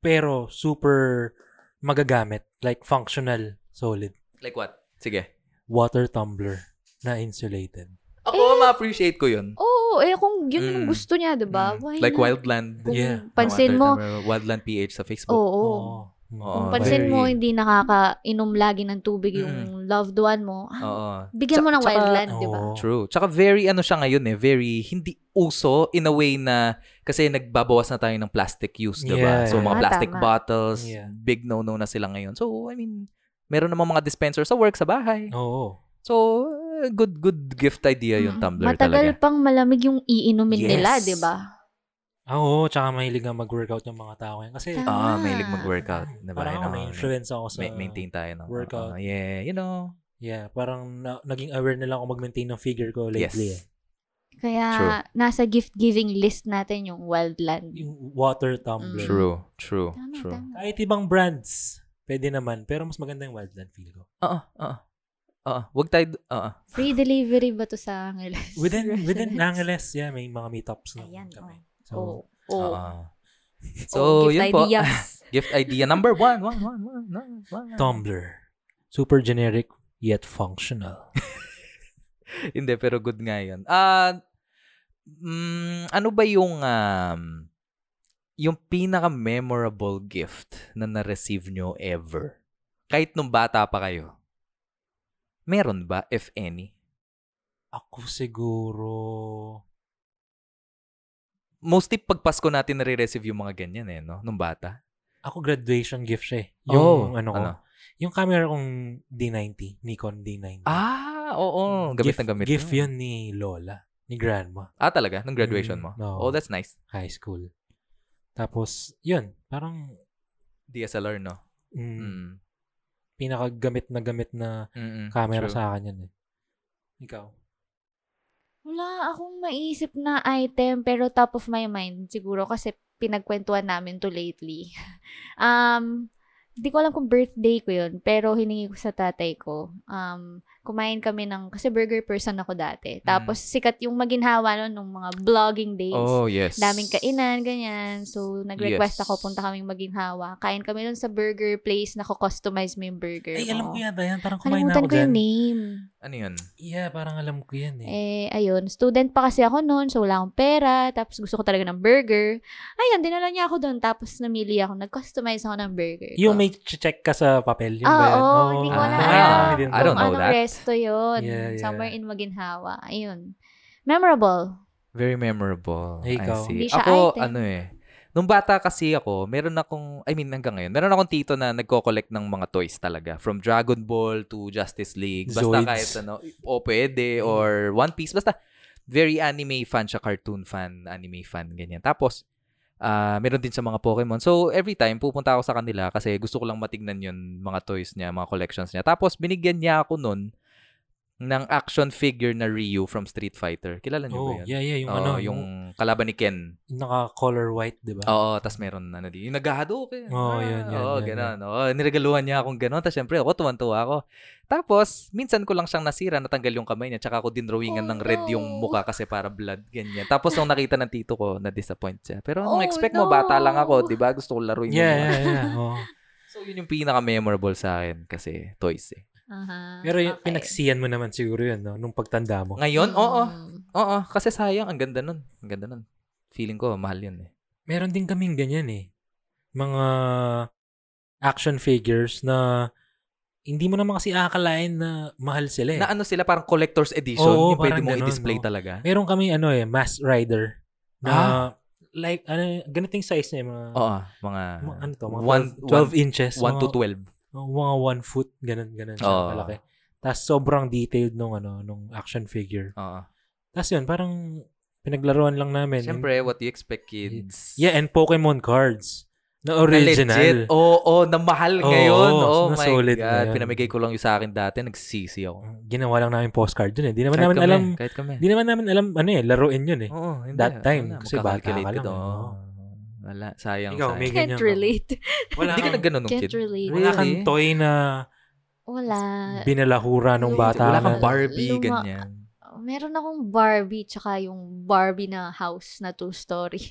S2: Pero super magagamit. Like functional, solid.
S1: Like what? Sige.
S2: Water tumbler na insulated.
S1: Ako,
S3: Eh,
S1: ma-appreciate ko yun.
S3: Oo, eh kung yun yung
S1: Mm.
S3: gusto niya, di ba?
S1: Mm.
S3: diba? Why
S1: Like
S3: not?
S1: Wildland.
S3: Kung
S2: Yeah.
S3: pansin mo,
S1: Wildland PH sa
S3: oo.
S1: Facebook.
S2: Oo.
S1: Oo,
S3: Oh. Kung pansin
S1: Oh, Ah, very-
S3: mo, hindi nakakainom lagi ng tubig yung loved one mo, ah,
S1: Oo.
S3: bigyan mo
S1: Tsa-
S3: ng
S1: tsaka- oh,
S3: wildland, di ba?
S2: Oo.
S1: True. Tsaka very ano siya ngayon eh, very hindi uso in a way na kasi nagbabawas na tayo ng plastic use, 'di ba?
S2: Yeah.
S1: So mga
S3: Ah,
S1: plastic
S3: tama.
S1: bottles,
S2: Yeah.
S1: big no-no na sila ngayon. So I mean, meron namang mga dispenser sa work, sa bahay.
S2: Oo.
S1: So eh, good good gift idea yung
S3: Mm,
S1: tumbler
S3: Matagal
S1: talaga.
S3: pang malamig yung iinumin
S1: Yes.
S3: nila, di ba?
S2: Ah, Oo, tsaka mahilig nga mag-workout yung mga tao ngayon. Kasi,
S1: Ah,
S3: Tama.
S1: mahilig mag-workout, 'di ba? Diba, Yun
S2: parang ako,
S1: ang-
S2: na-influence ako sa...
S1: ma- maintain tayo ng
S2: workout.
S1: Oo, yeah, you know.
S2: Yeah, parang na- naging aware na lang ako mag-maintain ng figure ko
S1: Yes.
S2: lately. eh.
S3: Kaya
S1: True.
S3: nasa gift-giving list natin yung wildland.
S2: Yung water tumbler.
S3: Mm.
S1: True, true,
S3: Tama,
S1: true.
S3: tama.
S2: Kahit ibang brands, pwede naman. Pero mas maganda yung wildland feel ko.
S1: Oo, oo. Oo, Uh-uh, wag tayo uh-uh. oo.
S3: Free delivery ba to sa Angeles?
S2: Within, within Angeles, yeah, may mga meetups na
S3: Ayan, Oh.
S2: kami. So, ah.
S3: Oo.
S1: oo.
S3: Oo. Oo,
S1: Uh-uh. So,
S3: gift
S1: yun po.
S3: ideas.
S1: Gift idea number one. One, one, one, one, one.
S2: Tumblr. Super generic, yet functional.
S1: Hindi, pero good nga yun. Ah, mm, ano ba yung, um, yung pinaka-memorable gift na na-receive nyo ever? Kahit nung bata pa kayo. Meron ba, if any?
S2: Ako siguro...
S1: Mostly pag Pasko natin nare-receive yung mga ganyan eh, no? Nung bata.
S2: Ako graduation gift siya eh. Yung
S1: Oh,
S2: ano ko.
S1: ano?
S2: Yung camera kong D90. Nikon D90.
S1: Ah, oo. Gamit
S2: gift,
S1: na gamit.
S2: Gift yun ni Lola. Ni grandma.
S1: Ah, talaga? Nung graduation
S2: Mm,
S1: mo?
S2: no.
S1: Oh, that's nice.
S2: High school. Tapos, yun. Parang
S1: DSLR, no?
S2: mm,
S1: Mm.
S2: pinakagamit na gamit na
S1: Mm-mm.
S2: camera
S1: Mm, True.
S2: sa akin yun eh. Ikaw?
S3: Wala akong maisip na item pero top of my mind siguro kasi pinagkwentuhan namin to lately. um, di ko alam kung birthday ko yun pero hiningi ko sa tatay ko. Um, kumain kami ng, kasi burger person ako
S2: Mm.
S3: dati. Tapos sikat yung maginhawa nun nung mga vlogging days.
S1: Oh, yes.
S3: Daming kainan, ganyan. So,
S1: Yes.
S3: nag-request ako, punta kaming maginhawa. Kain kami dun sa burger place na customize mo yung burger.
S2: Ay, alam
S3: mo.
S2: ko yata yan. Parang kumain na
S3: Kalimutan
S2: ako
S3: ko eh. yung
S2: dyan.
S3: name.
S1: Ano yun?
S2: Yeah, parang alam ko yan eh.
S3: Eh, ayun, student pa kasi ako noon, so wala akong pera, tapos gusto ko talaga ng burger. Ayun, dinala niya ako doon, tapos namili ako, nag-customize ako ng burger. Ah,
S2: yung may check ka sa papel. Yun
S3: Oo,
S2: ba yan?
S3: oo, hindi ko
S1: na
S2: kumain
S1: alam.
S2: kami din
S1: Ah,
S2: Oh,
S1: I don't
S2: doon.
S1: know
S3: Anong
S1: that.
S3: resto yun?
S2: ah. Yeah, yeah.
S3: Somewhere in Maginhawa. Ayun. Memorable.
S1: Very memorable.
S2: Eh, ikaw?
S1: I see.
S3: Hindi siya
S1: ako,
S3: item.
S1: ano eh. Nung bata kasi ako, meron akong, I mean hanggang ngayon, meron akong tito na nagko-collect ng mga toys talaga. From Dragon Ball to Justice League. Basta
S2: Zoids.
S1: kahit ano, o pwede, or One Piece. Basta, very anime fan siya, cartoon fan, anime fan, ganyan. Tapos, ah meron din sa mga Pokemon. So, every time, pupunta ako sa kanila kasi gusto ko lang matignan yun, mga toys niya, mga collections niya. Tapos, binigyan niya ako nun ng action figure na Ryu from Street Fighter. Kilala niyo ba
S2: Oh,
S1: yun?
S2: yeah, yeah. Yung
S1: Oo,
S2: ano,
S1: yung
S2: yung
S1: kalaban ni Ken.
S2: naka-color white, di ba?
S1: Oo, tas meron ano di, yung naghahadoken.
S2: Oo, yun, yun,
S1: Oo,
S2: yun,
S1: ganun. Oo, niregaluhan niya akong ganun. Tapos syempre, ako tuwan-tuwa ako. Tapos, minsan ko lang siyang nasira, natanggal yung kamay niya, tsaka ako din drawingan
S3: Oh,
S1: ng red yung
S3: no.
S1: mukha kasi para blood, ganyan. Tapos nung nakita ng tito ko, na-disappoint siya. Pero
S3: Oh,
S1: nung expect mo,
S3: no.
S1: bata lang ako, di ba? Gusto ko laruin
S2: Yeah,
S1: yung mga-
S2: yeah, yeah. oh. oo.
S1: So yun yung pinaka-memorable sa akin kasi toys eh.
S3: Aha,
S2: Pero yung
S3: okay.
S2: pinaksiyan mo naman siguro yun, no? Nung pagtanda mo.
S1: Ngayon,
S3: Mm.
S1: oo, oo, kasi sayang, ang ganda nun. Ang ganda nun. Feeling ko, mahal yun eh.
S2: Meron din kaming ganyan eh. Mga action figures na hindi mo naman kasi akalain na mahal sila eh.
S1: Na ano sila, parang collector's edition, yung
S2: Oo,
S1: pwede
S2: parang
S1: mo
S2: ganun,
S1: i-display
S2: no?
S1: talaga.
S2: Meron kami ano eh, Mass Rider. Na like, ano, ganitong size niya. Mga,
S1: Oo, mga,
S2: mga ano to, mga
S1: Oh, one,
S2: 12, 12 inches.
S1: one, one to Oh.
S2: mga-
S1: 12.
S2: mga one foot, ganun, ganun siya,
S1: Oo.
S2: malaki. Tapos sobrang detailed nung, ano, nung action figure.
S1: Oo.
S2: Tapos yun, parang pinaglaruan lang namin.
S1: Siyempre, what you expect, kids.
S2: Yeah, and Pokemon cards. Na
S1: Na legit.
S2: original.
S1: Oo, oh, na mahal
S2: Oo,
S1: ngayon. Oh,
S2: na
S1: my
S2: solid
S1: God.
S2: ngayon.
S1: Pinamigay ko lang yung sa akin dati. Nagsisi ako.
S2: Ginawa lang namin postcard yun eh. Di naman
S1: Kahit
S2: namin
S1: kami,
S2: alam,
S1: Kahit kami.
S2: di naman namin alam, ano eh, laruin yun eh.
S1: Oo, hindi.
S2: that time,
S1: Wala,
S2: kasi bata ka
S1: magkakalculate
S2: lang
S1: daw.
S2: eh, no?
S1: Wala, sayang,
S2: Ikaw,
S1: sayang.
S2: may-
S3: Can't
S2: ganyan ka.
S3: relate.
S2: Wala
S1: Hindi ka
S2: kang,
S1: nagganon nung
S3: Can't
S1: kid.
S3: relate.
S2: wala kang toy na
S3: Wala.
S2: Binalahura nung bata.
S1: Ah. Wala kang Ah.
S2: na-
S1: Barbie,
S3: Luma-
S1: ganyan.
S3: Oh, Meron akong Barbie tsaka yung Barbie na house na two-story.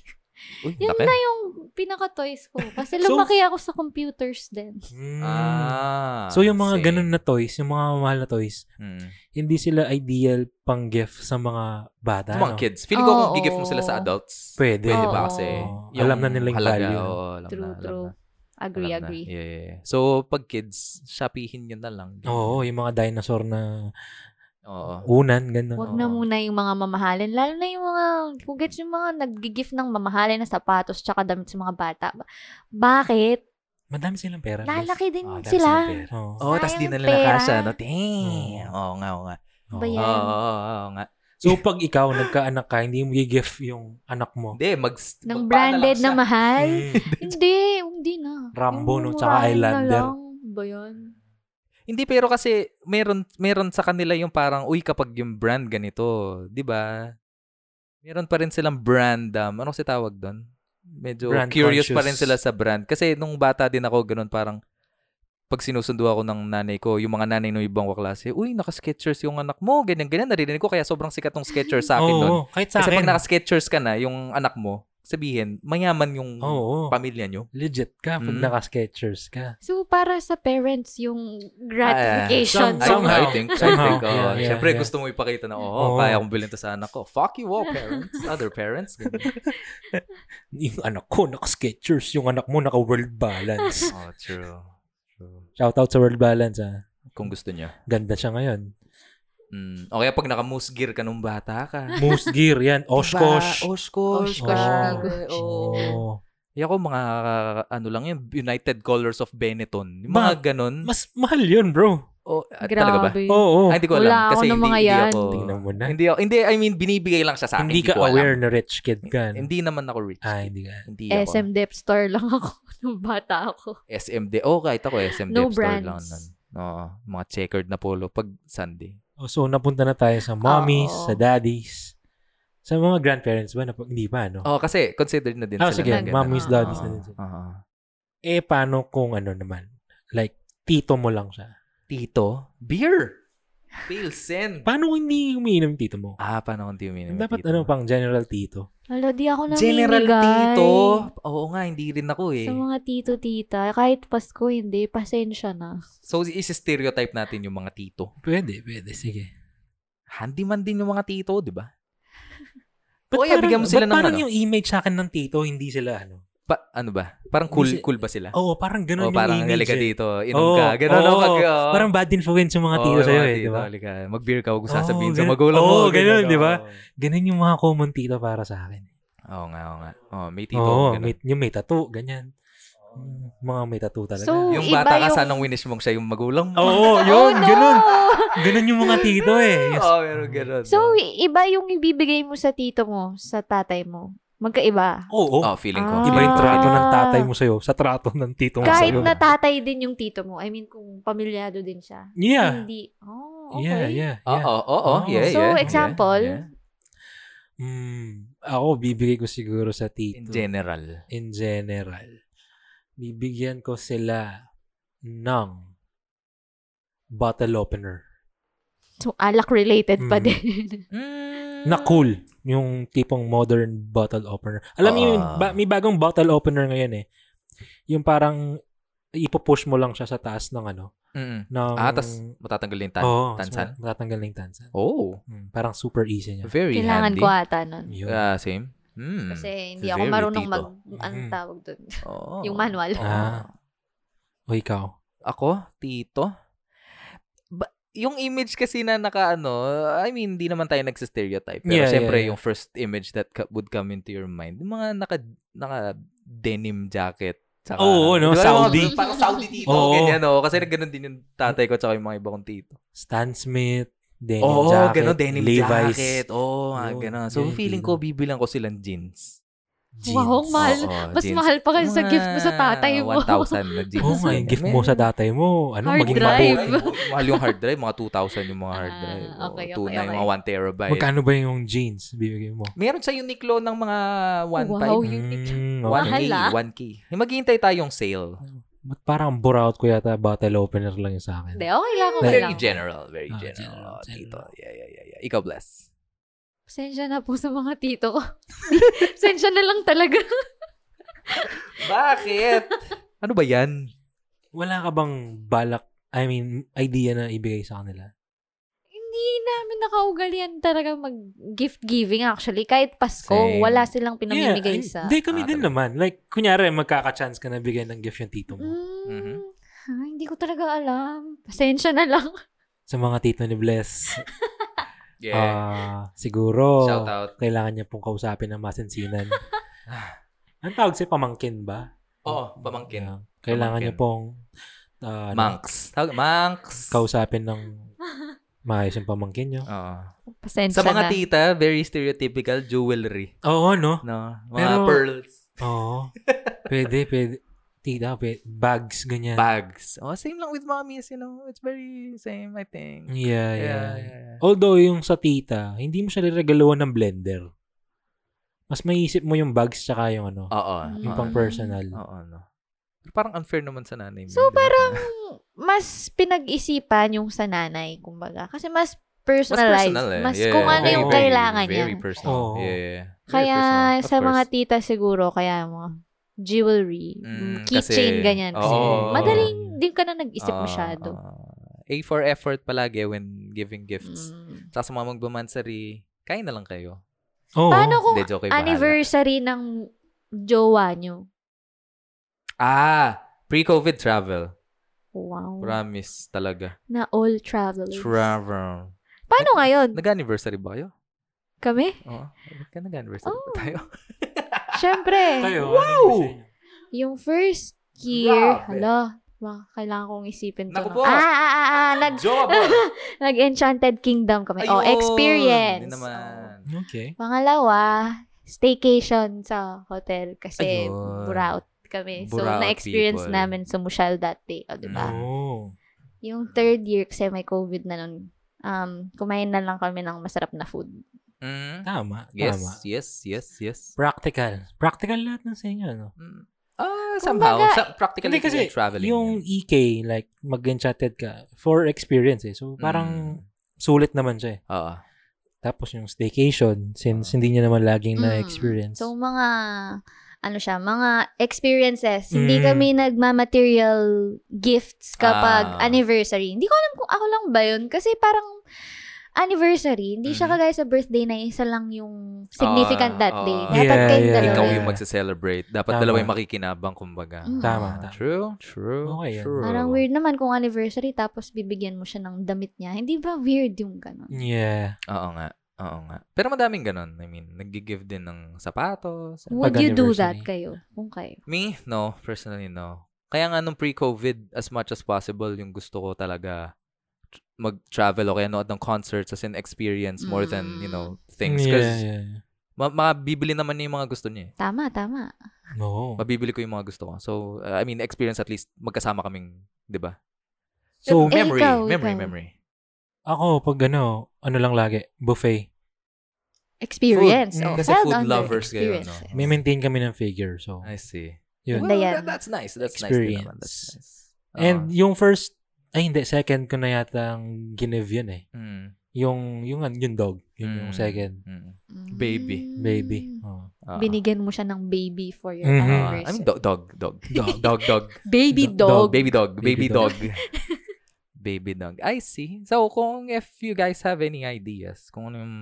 S1: Uy,
S3: Yun
S1: laki.
S3: na yung pinaka-toys ko. Kasi
S2: So-
S3: lumaki ako sa computers din.
S2: Mm.
S1: Ah,
S2: so yung mga
S1: same.
S2: ganun na toys, yung mga mamahal na toys,
S1: Mm.
S2: hindi sila ideal pang gift sa mga bata.
S1: Yung mga
S2: no?
S1: kids. Feeling ko kung
S3: Oo.
S1: gigift mo sila sa adults,
S2: Pwede.
S1: pwede
S3: Oo.
S1: ba kasi?
S2: Oo. Alam na nila yung value.
S1: oo, alam
S3: True,
S1: na, alam
S3: true.
S1: na,
S3: Agree,
S1: alam na.
S3: agree.
S1: Yeah, yeah, yeah. So, pag kids, shapihin yun na lang.
S2: Oo, yung mga dinosaur na
S1: Oo.
S2: unan, gano'n.
S3: Huwag na
S1: Oo.
S3: muna yung mga mamahalin. Lalo na yung mga, kung gets yung mga nag-gift ng mamahalin na sapatos tsaka damit sa mga bata. Ba- Bakit?
S2: Madami silang pera. guys.
S3: Lalaki din
S1: Ah, dami silang
S3: sila.
S1: pera.
S2: Oo.
S1: Oo, tas di na
S3: Sayang yung
S1: nila
S3: pera.
S1: nakasya. No? Damn. Oo nga, oo nga.
S2: Oo.
S3: Ba yan?
S1: Oo, oo, oo nga.
S2: So, pag ikaw nagkaanak ka, hindi mo i-gift yung anak mo.
S1: Hindi, mag...
S3: Ng
S1: magpaano
S3: branded
S1: lang siya.
S3: na mahal?
S2: Mm.
S3: hindi, hindi na.
S2: Rambo,
S3: Yung
S2: no? Tsaka
S3: murahin na
S2: Highlander.
S3: lang. Ba yun?
S1: Hindi, pero kasi meron, meron sa kanila yung parang, uy, kapag yung brand ganito, di ba? Meron pa rin silang brand, um, ano kasi tawag doon? Medyo
S2: Brand
S1: curious pa rin
S2: conscious.
S1: sila sa brand. Kasi nung bata din ako, ganun parang, pag sinusundo ako ng nanay ko, yung mga nanay ng ibang waklase, uy, naka-sketchers yung anak mo, ganyan-ganyan, naririnig ko, kaya sobrang sikat ng sketchers sa akin
S2: Oo,
S1: noon.
S2: kahit sa
S1: Kasi
S2: akin.
S1: pag naka-sketchers ka na, yung anak mo, sabihin, mayaman yung
S2: Oo.
S1: pamilya nyo.
S2: legit ka pag
S1: Mm.
S2: naka-sketchers ka.
S3: So, para sa parents, yung
S2: Ah,
S3: gratification.
S2: yeah. Some-
S3: Some,
S1: I
S2: Somehow.
S1: think, I
S2: Somehow.
S1: think, oh,
S2: Yeah, yeah,
S1: syempre
S2: yeah.
S1: gusto mo ipakita na,
S2: Oo.
S1: oh, kaya kong bilhin to sa anak ko. Fuck you all, parents. Other parents. Ganun.
S2: Yung anak ko, naka-sketchers. Yung anak mo, naka-world balance.
S1: oh, true. True.
S2: Shout out sa world balance, ah.
S1: Kung gusto niya.
S2: Ganda siya ngayon.
S1: Mm. O kaya pag naka-moose gear ka nung bata ka.
S2: Moose gear, yan.
S3: Oh,
S2: Oshkosh.
S1: Diba? Oshkosh.
S3: Oshkosh.
S1: ganun. Oo.
S2: Oo.
S1: Kaya ko mga, ano lang yun, United Colors of Benetton. Yung mga
S2: Ma-
S1: ganun.
S2: Mas mahal yun, bro.
S1: Oh, ah, talaga ba?
S3: grabe.
S2: Oo.
S1: Ay, hindi ko
S3: Wala
S1: alam.
S3: ako
S1: Kasi
S3: ng
S1: hindi,
S3: mga
S1: hindi
S3: yan.
S1: ako.
S2: Tingnan mo na.
S1: Hindi, ako- hindi, I mean, binibigay lang siya sa akin.
S2: Hindi ka
S1: ko alam.
S2: aware na rich kid ka. no?
S1: Hindi naman ako rich.
S2: Ah, hindi ka.
S1: Hindi ako.
S3: SM Dep Store lang ako nung bata ako.
S1: SMD. Oh, kahit ako SMD
S3: No
S1: store
S3: brands.
S1: lang nun. Oo, mga checkered na polo pag Sunday.
S2: Oh, So, napunta na tayo sa mommies,
S3: Oo.
S2: sa daddies, sa mga grandparents ba? Nap- hindi pa, no?
S1: Oh, kasi considered na din
S2: Ah,
S1: sila.
S2: sige.
S1: ng ganun.
S2: Mommies,
S1: Oo,
S2: daddies na din sila.
S1: oo.
S2: Eh, paano kung ano naman? Like, tito mo lang siya.
S1: Tito, beer. Pilsen.
S2: Paano kung hindi umiinom yung tito mo?
S1: ah, paano kung di uminom? yung
S2: Dapat
S1: tito
S2: ano
S1: mo?
S2: pang general tito.
S3: Wala, di ako namimigay.
S1: General Tito. Oo nga, hindi rin ako eh.
S3: Sa mga tito-tita. Kahit Pasko, hindi. Pasensya na.
S1: So, isi-stereotype natin yung mga tito.
S2: Pwede, pwede. Sige.
S1: Handy man din yung mga tito, di ba?
S2: Ba't
S1: O, yeah, bigyan mo sila ng
S2: ba't parang
S1: ano?
S2: yung image sa akin ng tito, hindi sila ano?
S1: Pa- ano ba? Parang cool,
S2: Hindi si-
S1: cool ba sila?
S2: Oo, parang
S1: o
S2: ganun yung
S1: parang
S2: image.
S1: halika
S2: eh.
S1: dito, inom
S2: Oo,
S1: ka. Ganun
S2: oo.
S1: oh, mag... oo.
S2: Parang bad influence yung mga tito
S1: Oo,
S2: sa'yo
S1: mga
S2: eh, di
S1: tito,
S2: ba?
S1: halika. Mag-beer ka, huwag
S2: Oo,
S1: sasabihin sa
S2: ganun.
S1: magulang
S2: Oo,
S1: mo.
S2: ganun, di ba?
S1: oo.
S2: Ganun yung mga common tito para sa akin.
S1: Oo nga, oo nga. Oo, may tito.
S2: Oo,
S1: ganun.
S2: may, yung may tattoo, ganyan. Mm, Mga may tattoo talaga.
S3: So,
S1: Yung
S3: Iba
S1: bata ka,
S3: yung-
S1: sanang winish mong siya yung magulang mo.
S2: Oo, yun,
S3: no! Oh,
S2: ganun. Ganun yung mga tito eh. Yes.
S1: Oo, meron ganun.
S3: So, i- iba yung ibibigay mo sa tito mo, sa tatay mo. Magkaiba.
S2: Oo,
S1: oh, feeling ko.
S3: Ah.
S2: iba yung trato ng
S3: Ah.
S2: tatay mo sa'yo sa trato ng tito mo
S3: Kahit
S2: sa'yo.
S3: na tatay din yung tito mo. I mean, kung pamilyado din siya.
S2: Yeah.
S3: Hindi. Oh,
S2: Yeah,
S3: okay.
S2: yeah,
S1: Oo,
S2: yeah.
S1: oo, oo.
S2: Oh.
S1: Yeah,
S3: So,
S1: yeah, yeah,
S3: example?
S1: yeah.
S2: Mm, ako, bibigay ko siguro sa
S1: In
S2: tito.
S1: general.
S2: in general. Bibigyan ko sila ng bottle opener.
S3: So, alak-related pa
S1: Hmm.
S2: Mm.
S3: din.
S2: na cool yung tipong modern bottle opener. Alam niyo, yun,
S1: Ah.
S2: ba- may bagong bottle opener ngayon eh. Yung parang ipopush mo lang siya sa taas ng ano,
S1: Mm-mm.
S2: ng
S1: Ah, tas matatanggal yung tan.
S2: Oo,
S1: tansan?
S2: tas matatanggal na yung tansan.
S1: Oh,
S2: Mm, parang super easy niya.
S1: very
S3: Kailangan
S1: handy.
S3: ko ata nun.
S2: Yun.
S1: Ah, same. Mm.
S3: Kasi hindi ako
S1: Very
S3: marunong
S1: tito. Hmm.
S3: mag... Anong
S2: Mhm.
S3: tawag dun?
S1: Oo.
S3: yung manual.
S1: Oo.
S2: Ah. o ikaw?
S1: Ako, tito. Ba- yung image kasi na naka ano, I mean, hindi naman tayo nagsistereotype. Pero
S2: Yeah, yeah,
S1: syempre,
S2: yeah.
S1: yung first image that co- would come into your mind, yung mga naka, naka denim jacket. Tsaka,
S2: Oo, no?
S1: Di ba, yung mga-
S2: Saudi.
S1: Parang Saudi tito.
S2: Oo.
S1: Ganyan, no? Kasi ganun din yung tatay ko tsaka yung mga iba kong tito.
S2: Stan Smith, denim
S1: Oo,
S2: jacket,
S1: ganun, denim
S2: Levi's,
S1: jacket. Oo, ah,
S2: Yun,
S1: ganun. So,
S2: yun,
S1: feeling ko, bibilang ko silang jeans.
S2: jeans.
S3: Wow, ang mahal.
S1: Oo,
S3: Mas
S1: jeans.
S3: mahal pa kayo sa
S1: Mga
S3: gift mo sa tatay mo.
S1: 1,000 na jeans.
S2: Oo nga, yung Oh gift mo sa tatay mo, ano,
S3: Hard
S2: maging
S3: drive.
S2: mabuti.
S1: Mahal yung hard drive. Mga 2,000 yung mga hard
S3: Ah,
S1: drive. Oo,
S3: okay, okay,
S1: tunay,
S3: okay.
S1: mga 1 terabyte.
S2: Magkano ba yung jeans bibigay mo?
S1: Meron sa Uniqlo ng mga 1.5.
S3: Wow,
S1: Wow,
S3: Unique.
S2: Mm, okay.
S3: Mahal,
S1: 1K.
S3: ah.
S1: 1K. Maghihintay tayong sale.
S2: But parang burout ko yata bottle opener lang yung sa
S3: Hindi,
S2: akin.
S3: okay lang, okay
S1: Very
S3: lang.
S1: general, very
S2: Ah,
S1: general.
S2: general,
S1: Oh, tito.
S2: general.
S1: Yeah, yeah, yeah, yeah. Ikaw, bless.
S3: Pasensya na po sa mga tito ko. Pasensya na lang talaga.
S1: Bakit? ano ba yan?
S2: Wala ka bang balak, I mean, idea na ibigay sa kanila?
S3: Hindi namin nakaugalian talaga mag-gift giving actually. Kahit Pasko,
S1: Same.
S3: wala silang
S2: Yeah,
S3: pinamimigay
S2: I-
S3: sa...
S2: Hindi, kami
S1: Ah,
S2: din
S1: talaga.
S2: naman. Like, kunyari, magkaka-chance ka na bigyan ng gift yung tito mo.
S3: Mm,
S1: Mhm.
S3: ah, hindi ko talaga alam. Pasensya na lang.
S2: Sa mga tito ni Bless,
S1: Yeah.
S2: ah siguro,
S1: Shout out.
S2: kailangan niya pong kausapin ng masinsinan. Ang tawag siya, pamangkin ba?
S1: Oo, Oh, pamangkin.
S2: Yeah. Kailangan
S1: Pamangkin.
S2: niya pong ah, ano,
S1: Monks. Tawag, monks.
S2: kausapin ng maayos yung pamangkin niyo.
S1: Oo.
S3: Pasensya
S1: Sa mga
S3: na.
S1: tita, very stereotypical jewelry.
S2: Oo, no?
S1: No? Mga
S2: Pero-
S1: pearls.
S2: Oo. pwede, pwede. Tita, pwede. Bags, ganyan.
S1: Bags. Oh, same lang with mommies, you know. It's very same, I think.
S2: yeah, yeah,
S1: Yeah,
S2: yeah.
S1: yeah, yeah.
S2: Although, yung sa tita, hindi mo siya niregaluhan ng blender. Mas maiisip mo yung bags tsaka yung ano,
S1: Oo.
S3: Mm.
S2: yung
S1: oo,
S2: pang personal.
S1: ano. Oo, no. Pero parang unfair naman sa nanay mo. di
S3: So,
S1: ba?
S3: parang mas pinag-isipan yung sa nanay, kumbaga. Kasi mas
S1: Mas
S3: personalized.
S1: personal eh.
S3: Mas,
S1: Yeah,
S3: kung
S1: yeah,
S3: ano yung
S2: Oo.
S1: very,
S3: kailangan niya.
S1: Very personal.
S2: Oo.
S1: Yeah, yeah, yeah. Very
S3: Kaya
S1: personal, of
S3: sa mga
S1: course.
S3: tita siguro, kaya mga jewelry,
S1: Mm,
S3: keychain,
S1: kasi-
S3: ganyan. Kasi
S1: Oo.
S3: madaling din ka na nag-isip
S1: Ah,
S3: masyado.
S1: ah. A for effort palagi when giving gifts.
S3: Mm.
S1: Sa sa mga magmamansary, kain na lang kayo.
S2: Oo.
S3: Paano kung
S1: Hindi, joke kayo. bahala.
S3: anniversary ng jowa nyo?
S1: Ah, pre-COVID travel.
S3: Wow.
S1: Promise talaga.
S3: na all travelers.
S1: Travel.
S3: Paano ngayon?
S1: Nag-anniversary ba kayo?
S3: Kami?
S1: Oo. Ba't ka nag-anniversary
S3: Oh.
S1: ba tayo?
S3: Siyempre.
S2: Kayo, ano wow!
S3: Yung first year,
S1: Grabe.
S3: hala, ma- kailangan kong isipin to.
S1: Naku
S3: no?
S1: po.
S3: Ah, ah, ah, ah, nag,
S1: Job!
S3: nag-Enchanted Kingdom kami. Oh, experience.
S1: Hindi
S3: Oh.
S1: naman.
S2: Okay.
S3: Pangalawa, staycation sa hotel kasi
S1: Ayun.
S3: buraut kami. so,
S1: Buraut
S3: na-experience
S1: people. Mm.
S3: namin sumusyal that day. O,
S2: Ah.
S3: diba?
S2: Oo.
S3: Yung third year, kasi may COVID na nun, um, kumain na lang kami ng masarap na food.
S1: Mm.
S2: Oh. Tama,
S1: Yes,
S2: tama.
S1: yes, yes, yes.
S2: Practical. Practical lahat ng ano. sa inyo, no?
S1: Mm. Ah, somehow.
S3: Kumbaga,
S1: sa, practically,
S2: Hindi kasi,
S1: yung traveling.
S2: yung
S1: yun.
S2: EK, like, mag-enchanted ka for experience eh. So, parang sulit naman siya eh.
S1: Mm. Oo.
S2: Tapos yung staycation, since hindi niya naman laging
S3: Mm.
S2: na-experience.
S3: So, mga, ano siya, mga experiences. Hindi
S1: Hmm.
S2: Mm.
S3: kami nagma-material gifts
S1: Ah.
S3: kapag anniversary. Hindi ko alam kung ako lang ba yun. Kasi parang anniversary, hindi siya
S1: Mhm.
S3: kagaya sa birthday na isa lang yung
S1: Ah,
S3: significant that
S1: ah.
S3: day. Dapat
S2: Yeah,
S3: kayong
S2: yeah,
S3: dalawa.
S1: Ikaw
S2: yeah.
S1: yung magse-celebrate. Dapat
S2: Tama.
S1: dalawa yung makikinabang, kumbaga.
S3: Mm.
S2: Tama,
S1: Ah,
S2: tama.
S1: True, true,
S2: Okay yan.
S1: true.
S3: Parang weird naman kung anniversary tapos bibigyan mo siya ng damit niya. Hindi ba weird yung ganun?
S2: Yeah.
S1: Oo nga. Oo nga. Pero madaming ganun. I mean, nag-give din ng sapatos.
S3: Would you do that
S2: anniversary.
S3: kayo? Kung kayo.
S1: Me? No. Personally, no. Kaya nga nung pre-COVID, as much as possible, yung gusto ko talaga tr- mag-travel o kaya nood ng concerts as in experience more than, you
S3: Mm.
S1: know, things.
S2: Yeah,
S1: Because
S2: yeah, yeah.
S1: ma- mabibili naman niya yung mga gusto niya eh.
S3: Tama, tama.
S2: No.
S1: Mabibili ko yung mga gusto ko. So, uh, I mean, experience at least magkasama kaming, di ba?
S2: So,
S3: Eh,
S1: memory,
S3: ikaw,
S1: memory,
S3: ikaw.
S1: memory.
S2: ako, pag ano, ano lang lagi, buffet.
S3: Experience.
S2: Mm,
S3: Oh,
S1: kasi
S3: fell
S1: food
S3: under
S1: lovers kayo, no?
S3: experiences.
S2: May maintain kami ng figure, so.
S1: I see.
S2: Yun.
S1: Well,
S3: Ganda yan.
S1: that- that's nice. That's nice din naman. That's
S2: Experience.
S1: nice. Uh,
S2: And yung first, ay hindi, second ko na yata ang ginive yun eh.
S1: Oo. Mm,
S2: Yung, yung, yung dog. Yun yung
S1: mm,
S2: second.
S1: mm.
S3: Mm.
S1: Baby.
S2: Baby.
S3: Hmm.
S2: Ah. Oo.
S1: Oo.
S3: Binigyan mo siya ng baby for your
S1: Ah,
S2: Mhm.
S3: anniversary.
S1: I mean, dog, dog, dog.
S2: Dog.
S1: dog, dog.
S3: baby
S2: Dog-
S1: Dog,
S3: dog.
S1: baby dog, baby,
S2: Baby
S1: dog. baby dog. I see. So, kung if you guys have any ideas, kung ano yung...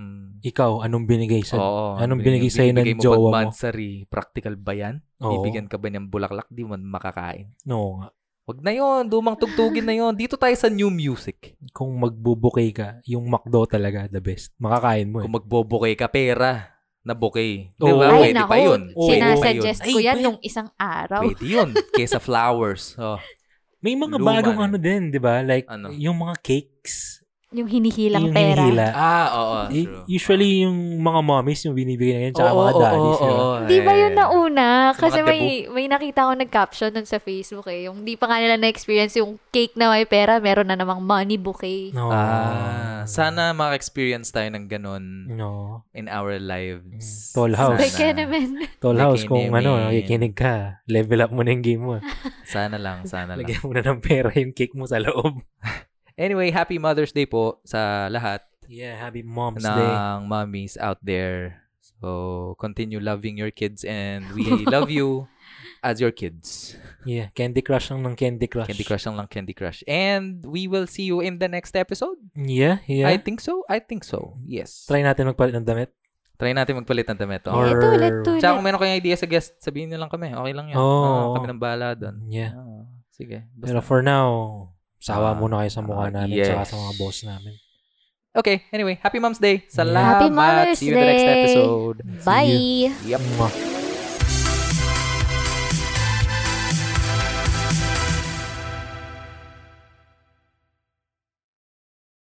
S2: Ikaw, anong binigay sa...
S1: Oo,
S2: anong binigay sa'yo ng
S1: binigay mo
S2: jowa mo?
S1: pagmansari? Practical ba yan?
S2: Oo.
S1: Bibigyan ka ba niyang bulaklak? Di man makakain.
S2: No, nga.
S1: Wag na yon Dumang tugtugin na yon Dito tayo sa new music.
S2: kung magbubukay ka, yung McDo talaga, the best. Makakain mo eh.
S1: Kung magbobuke ka, pera na bouquet. Di
S2: Oo.
S1: ba?
S3: Ay,
S1: Pwede
S3: naku.
S1: pa yun.
S2: Oo.
S1: Pwede pa yun.
S3: Sinasuggest
S2: Ay,
S3: ko yan
S2: pwede.
S3: nung isang araw.
S1: Pwede yun. Kesa flowers. Oh.
S2: May mga
S1: Luma
S2: bagong
S1: na yun.
S2: ano din, di ba? Like,
S1: Ano?
S2: yung mga cakes.
S3: Yung hinihilang
S2: yung
S3: pera.
S2: hinihila.
S1: Ah, oo.
S2: I-
S1: true.
S2: Eh,
S1: Ah.
S2: usually, yung mga mommies yung binibigay na yun, tsaka
S1: Oo,
S2: mga
S1: oo,
S2: daddies.
S1: oo,
S2: yun.
S1: oo,
S3: Di ba yun
S1: eh.
S3: nauna?
S1: Sa
S3: Kasi
S1: mga
S3: may, may nakita ko nag-caption nun sa Facebook eh. Yung di pa nga nila na-experience yung cake na may pera, meron na namang money bouquet.
S2: No.
S1: Ah,
S2: Oh.
S1: sana maka-experience tayo ng ganun
S2: No.
S1: in our lives.
S2: Mm, tall house.
S3: Like,
S1: Sana,
S3: yan naman.
S2: Tall House,
S1: Nakikinig.
S2: kung ano, nakikinig ka, level up mo na yung game mo.
S1: sana lang, sana lang.
S2: Lagyan mo na ng pera yung cake mo sa loob.
S1: Anyway, happy Mother's Day po sa lahat
S2: Yeah, happy Mom's Day.
S1: ng mommies out there. So, continue loving your kids and we love you as your kids.
S2: Yeah, Candy Crush lang ng Candy Crush.
S1: Candy Crush lang lang Candy Crush. And we will see you in the next episode.
S2: Yeah,
S1: I
S2: yeah.
S1: think so. I think so. Yes. Try,
S2: Try natin magpalit ng damit.
S1: natin magpalit ng damit.
S2: Or-
S1: Oh.
S3: Or... Ito ulit, ulit.
S1: Tsaka kung meron kayong idea sa guest, sabihin nyo lang kami. Okay lang yan.
S2: Oo.
S1: Ah, kami ng bahala doon.
S2: Oh. Yeah.
S1: Ah, sige. Basta.
S2: Pero for now, sawa
S1: Ah,
S2: muna kayo sa mukha
S1: ah,
S2: namin
S1: yes.
S2: tsaka sa mga boss namin.
S1: Okay, anyway. Happy Mom's Day. Salamat.
S2: Yeah.
S3: Happy Mother's
S1: See you in the next
S3: Day.
S1: episode.
S3: Bye!
S1: Yep.
S2: Mwah.